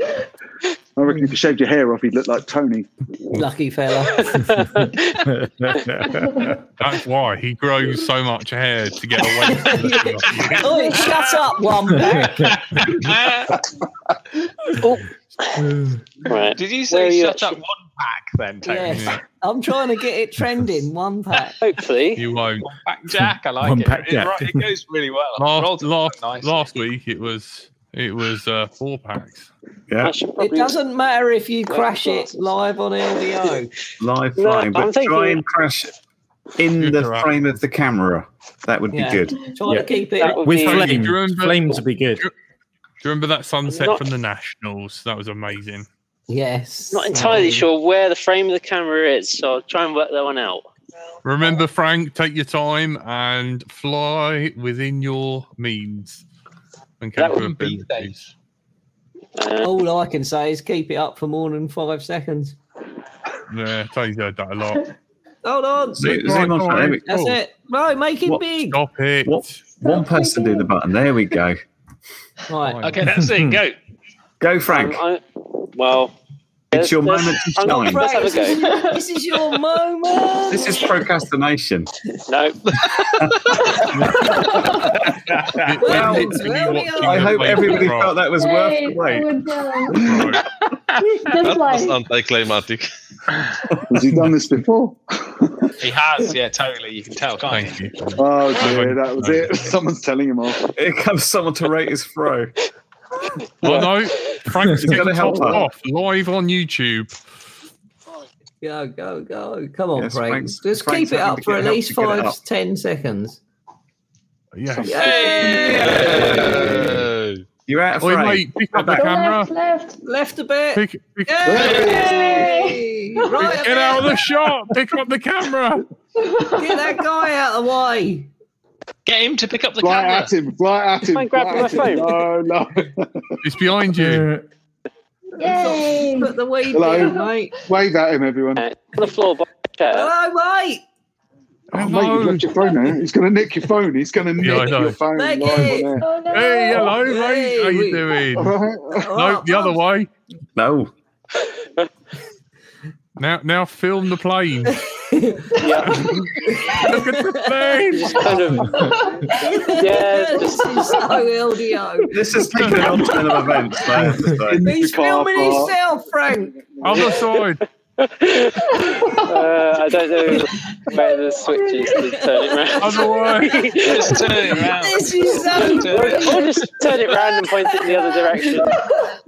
S12: I reckon if you shaved your hair off, you'd look like Tony.
S4: Lucky fella.
S5: That's why he grows so much hair to get away. From the
S4: Oi, Oh, shut up, one.
S10: Right.
S1: Did you
S10: Where are
S1: say
S10: you
S1: shut
S10: actually-
S1: up one pack then, Tony?
S4: Yes. I'm trying to get it trending. One pack.
S10: Hopefully.
S5: You won't.
S1: Pack Jack, I like
S5: One
S1: it.
S5: pack
S1: it,
S5: Jack.
S1: right, it goes really well.
S5: Last, last, last week it was it was uh, four packs.
S6: Yeah.
S4: It doesn't matter if you crash it live on LDO.
S6: Live
S4: No,
S6: flying,
S4: I'm
S6: but
S4: thinking-
S6: try and crash in the frame of the camera. That would
S4: Yeah.
S6: be good.
S4: Try to keep it
S3: with
S5: Tony, do
S3: flames.
S5: you remember-
S3: Flames would be good.
S5: Do you remember that sunset
S10: Not-
S5: from the Nationals? That was amazing.
S4: Yes.
S10: Not
S6: Um,
S10: entirely sure where the frame of the camera is, so I'll try and work that one out.
S5: Remember, Frank, take your time and fly within your means. And
S10: That
S5: capable
S10: would be
S5: abilities.
S4: All I can say is keep it up for more than five seconds.
S5: Yeah, Tony's heard that a lot.
S4: Hold on.
S6: Zo- zoom on, there we-
S4: That's
S6: oh.
S4: it. Right, make it
S6: What-
S4: big.
S5: Stop it.
S6: One person do the button. There we go.
S4: Right.
S1: Okay, that's it. Go.
S6: Go, Frank.
S10: Um, I- well,
S6: It's your
S10: let's-
S6: moment to
S10: I'm not
S6: shine.
S10: Let's have a go.
S4: This is your moment.
S6: This is procrastination.
S10: No,
S4: Well,
S5: We're literally
S4: well
S5: watching
S4: done.
S5: the
S6: I hope
S5: plane
S6: everybody
S5: drop.
S6: felt that was worth the wait.
S9: Just
S7: That was
S9: like
S7: anticlimactic.
S12: Has he done this before?
S1: He has, yeah, totally. You can tell, can't you?
S12: Oh dear, that was it. Someone's telling him off.
S6: Here comes someone to rate his throw.
S5: Oh no, Frank's
S6: It's
S5: getting
S6: gonna help
S5: told
S6: her.
S5: off live on YouTube.
S4: Go, go, go. Come on,
S6: Yes,
S4: Frank.
S6: Frank's-
S4: Just
S6: Frank's
S4: keep it
S6: having
S4: up
S6: to
S4: for
S6: get
S4: at
S6: help
S4: least
S6: to get it
S4: five,
S6: up.
S4: ten seconds.
S5: Yeah.
S7: Yay.
S6: You're out of
S5: Oi,
S6: frame.
S5: mate, pick up the
S6: Back.
S5: camera.
S9: left.
S4: Left a bit.
S5: Pick, pick,
S4: Yay! Right a
S5: get out of
S4: bit.
S5: the shot. Pick up the camera.
S4: Get that guy out of the way.
S1: Get him to pick up the
S12: Fly
S1: camera.
S12: at him, fly at him.
S10: Am I grabbing
S12: fly at
S10: my
S12: him. No, no.
S5: It's behind you.
S9: Yay!
S4: Put the weed
S12: Hello.
S4: down, mate.
S12: Wave at him, everyone.
S10: Uh, on the floor by the chair.
S4: Hello, mate.
S12: Oh, mate, you've left your phone there. He's going to nick your phone. He's going to nick
S5: I know.
S12: your phone.
S4: Nick
S12: live on
S4: it.
S12: air.
S9: Oh no!
S5: Hey, hello, mate. How
S4: Hey.
S5: you doing?
S12: All
S5: No,
S12: right.
S4: Oh,
S5: the other
S4: Bubs.
S5: way.
S6: No.
S5: Now, now, film the plane.
S10: Yeah,
S5: Look at the plane.
S10: kind of. Yeah,
S4: this is so LDO.
S6: This is taking on to an event.
S12: In the
S4: He's
S12: car
S4: filming
S12: park.
S4: himself, Frank.
S5: Other side.
S10: Uh, I don't know where the switch is to turn it round.
S5: Other way.
S1: Just turn it around.
S4: This is so.
S1: Turn it-
S10: Or just turn it round and point it in the other direction.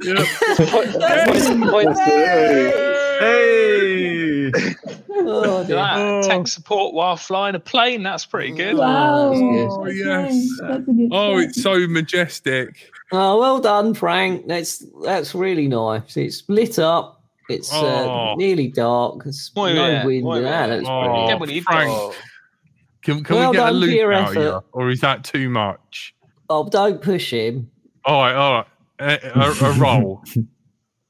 S5: Yeah.
S10: Point, point,
S6: Hey.
S4: Oh,
S1: Look
S4: dear.
S1: at that.
S5: Oh.
S1: Tech support while flying a plane. That's pretty good.
S9: Wow.
S5: Oh,
S9: That's
S5: yes.
S9: nice. That's a good
S5: Oh,
S9: shot.
S5: it's so majestic.
S4: Oh, well done, Frank. That's that's really nice. It's lit up. It's
S5: Oh.
S4: uh, nearly dark. It's
S1: Muy
S4: no
S1: bien,
S4: wind.
S1: muy bien.
S4: Yeah, that's
S5: Oh.
S1: Qué
S4: brilliant.
S1: bonito.
S5: Frank. Can, can
S4: Well
S5: we get a
S4: done for
S5: loop
S4: your
S5: out of
S4: effort.
S5: you? Or is that too much?
S4: Oh, don't push him.
S5: All right, all right. Eh, A, a, a roll.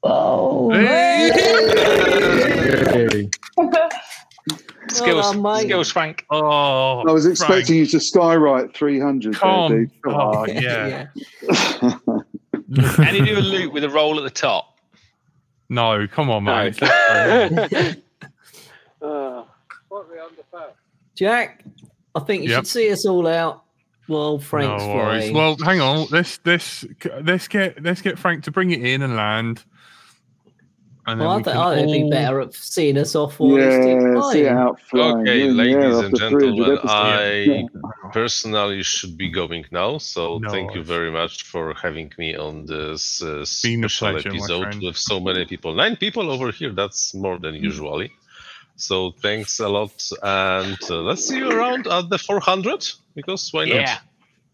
S9: Whoa.
S5: Hey!
S1: Skills,
S4: Well done, mate.
S1: skills, Frank.
S5: Oh,
S12: I was
S5: Frank,
S12: expecting you to skywrite 300. There,
S5: Calm.
S12: dude.
S5: Oh, yeah.
S1: Can you do a loop with a roll at the top?
S5: No, come on, mate.
S10: Oh,
S4: Jack, I think you
S5: Yep.
S4: should see us all out while Frank's
S5: no worries.
S4: flying.
S5: Well, hang on. Let's let's let's get let's get Frank to bring it in and land. And
S4: Well, I
S5: we
S4: think
S5: can
S4: I'd be
S5: all-
S4: better at seeing us off while he's still
S12: Yeah, see
S4: flying.
S12: how flying.
S7: Okay,
S12: You're in the air
S7: ladies
S12: after
S7: and
S12: 300
S7: gentlemen,
S12: episodes.
S7: I personally should be going now. So
S5: No
S7: thank you
S5: worries.
S7: very much for having me on this uh,
S5: Been a
S7: special
S5: pleasure, my
S7: episode
S5: friend. Mm.
S7: with so many people. Nine people over here. That's more than usually. So thanks a lot, and uh, let's see you around at the 400 because why not?
S1: Yeah,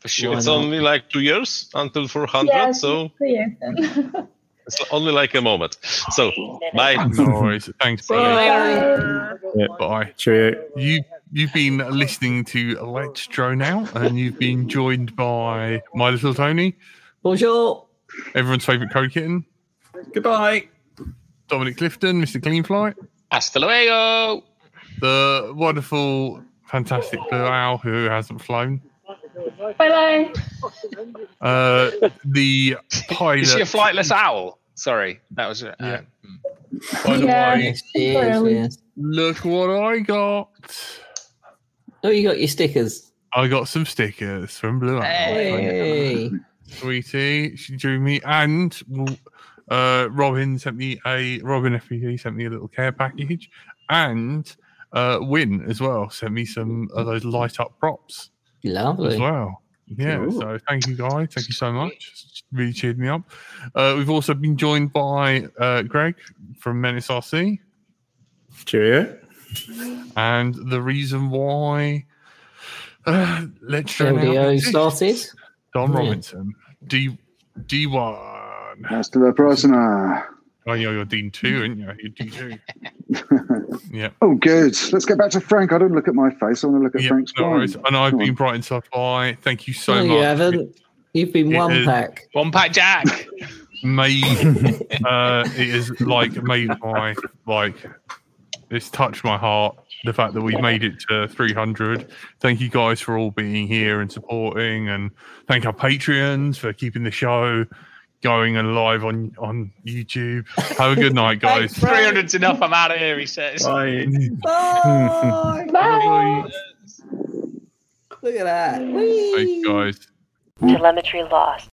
S1: for sure.
S7: It's only like two years until 400.
S9: Yes,
S7: So
S9: it's clear then.
S7: It's only like a moment. So, bye.
S5: No worries. Thanks, brother. Bye.
S3: Cheerio.
S5: You you've been listening to Let's Drone Out, and you've been joined by my little Tony.
S4: Bonjour.
S5: Everyone's favourite code kitten.
S3: Goodbye.
S5: Dominic Clifton, Mr. Clean Flight.
S1: Hasta luego.
S5: The wonderful, fantastic blue owl who hasn't flown.
S9: Bye
S5: Uh, the pilot.
S1: Is she a flightless owl? Sorry, that was. Uh,
S5: Yeah.
S9: bye.
S5: By the way,
S4: Cheers, yes.
S5: look what I got.
S4: Oh, you got your stickers.
S5: I got some stickers from Blue Owl.
S4: Hey.
S5: Sweetie, she drew me, and uh, Robin sent me a Robin FPG sent me a little care package, and uh, Win as well sent me some of those light up props
S4: Lovely.
S5: as well. Yeah,
S4: Cool.
S5: so thank you guys, thank you so much. It's Really cheered me up. Uh, we've also been joined by uh, Greg from Menace RC.
S3: Cheerio.
S5: and the reason why uh, let's try
S4: LDO started.
S5: Don
S4: Yeah.
S5: Robinson, D D one.
S12: That's the prisoner.
S5: Oh, you're, you're Dean two, aren't you? You're D two. yeah.
S12: Oh, good. Let's get back to Frank. I don't look at my face. I want to look at
S5: Yeah,
S12: Frank's
S5: no worries.
S12: wine.
S5: And I've
S12: Come
S5: been
S12: on.
S5: Brighton Supply. Thank you so
S4: no,
S5: much.
S4: you haven't. You've been
S5: It
S4: one
S5: is-
S4: pack.
S1: One pack Jack.
S5: made uh it is like made my like it's touched my heart the fact that we've made it to 300 thank you guys for all being here and supporting and thank our patreons for keeping the show going and live on on youtube have a good night guys
S1: 300's enough. I'm out of here, he says.
S6: Bye.
S4: Bye.
S9: Bye.
S4: Look at that.
S5: Thank you, guys
S13: Telemetry lost.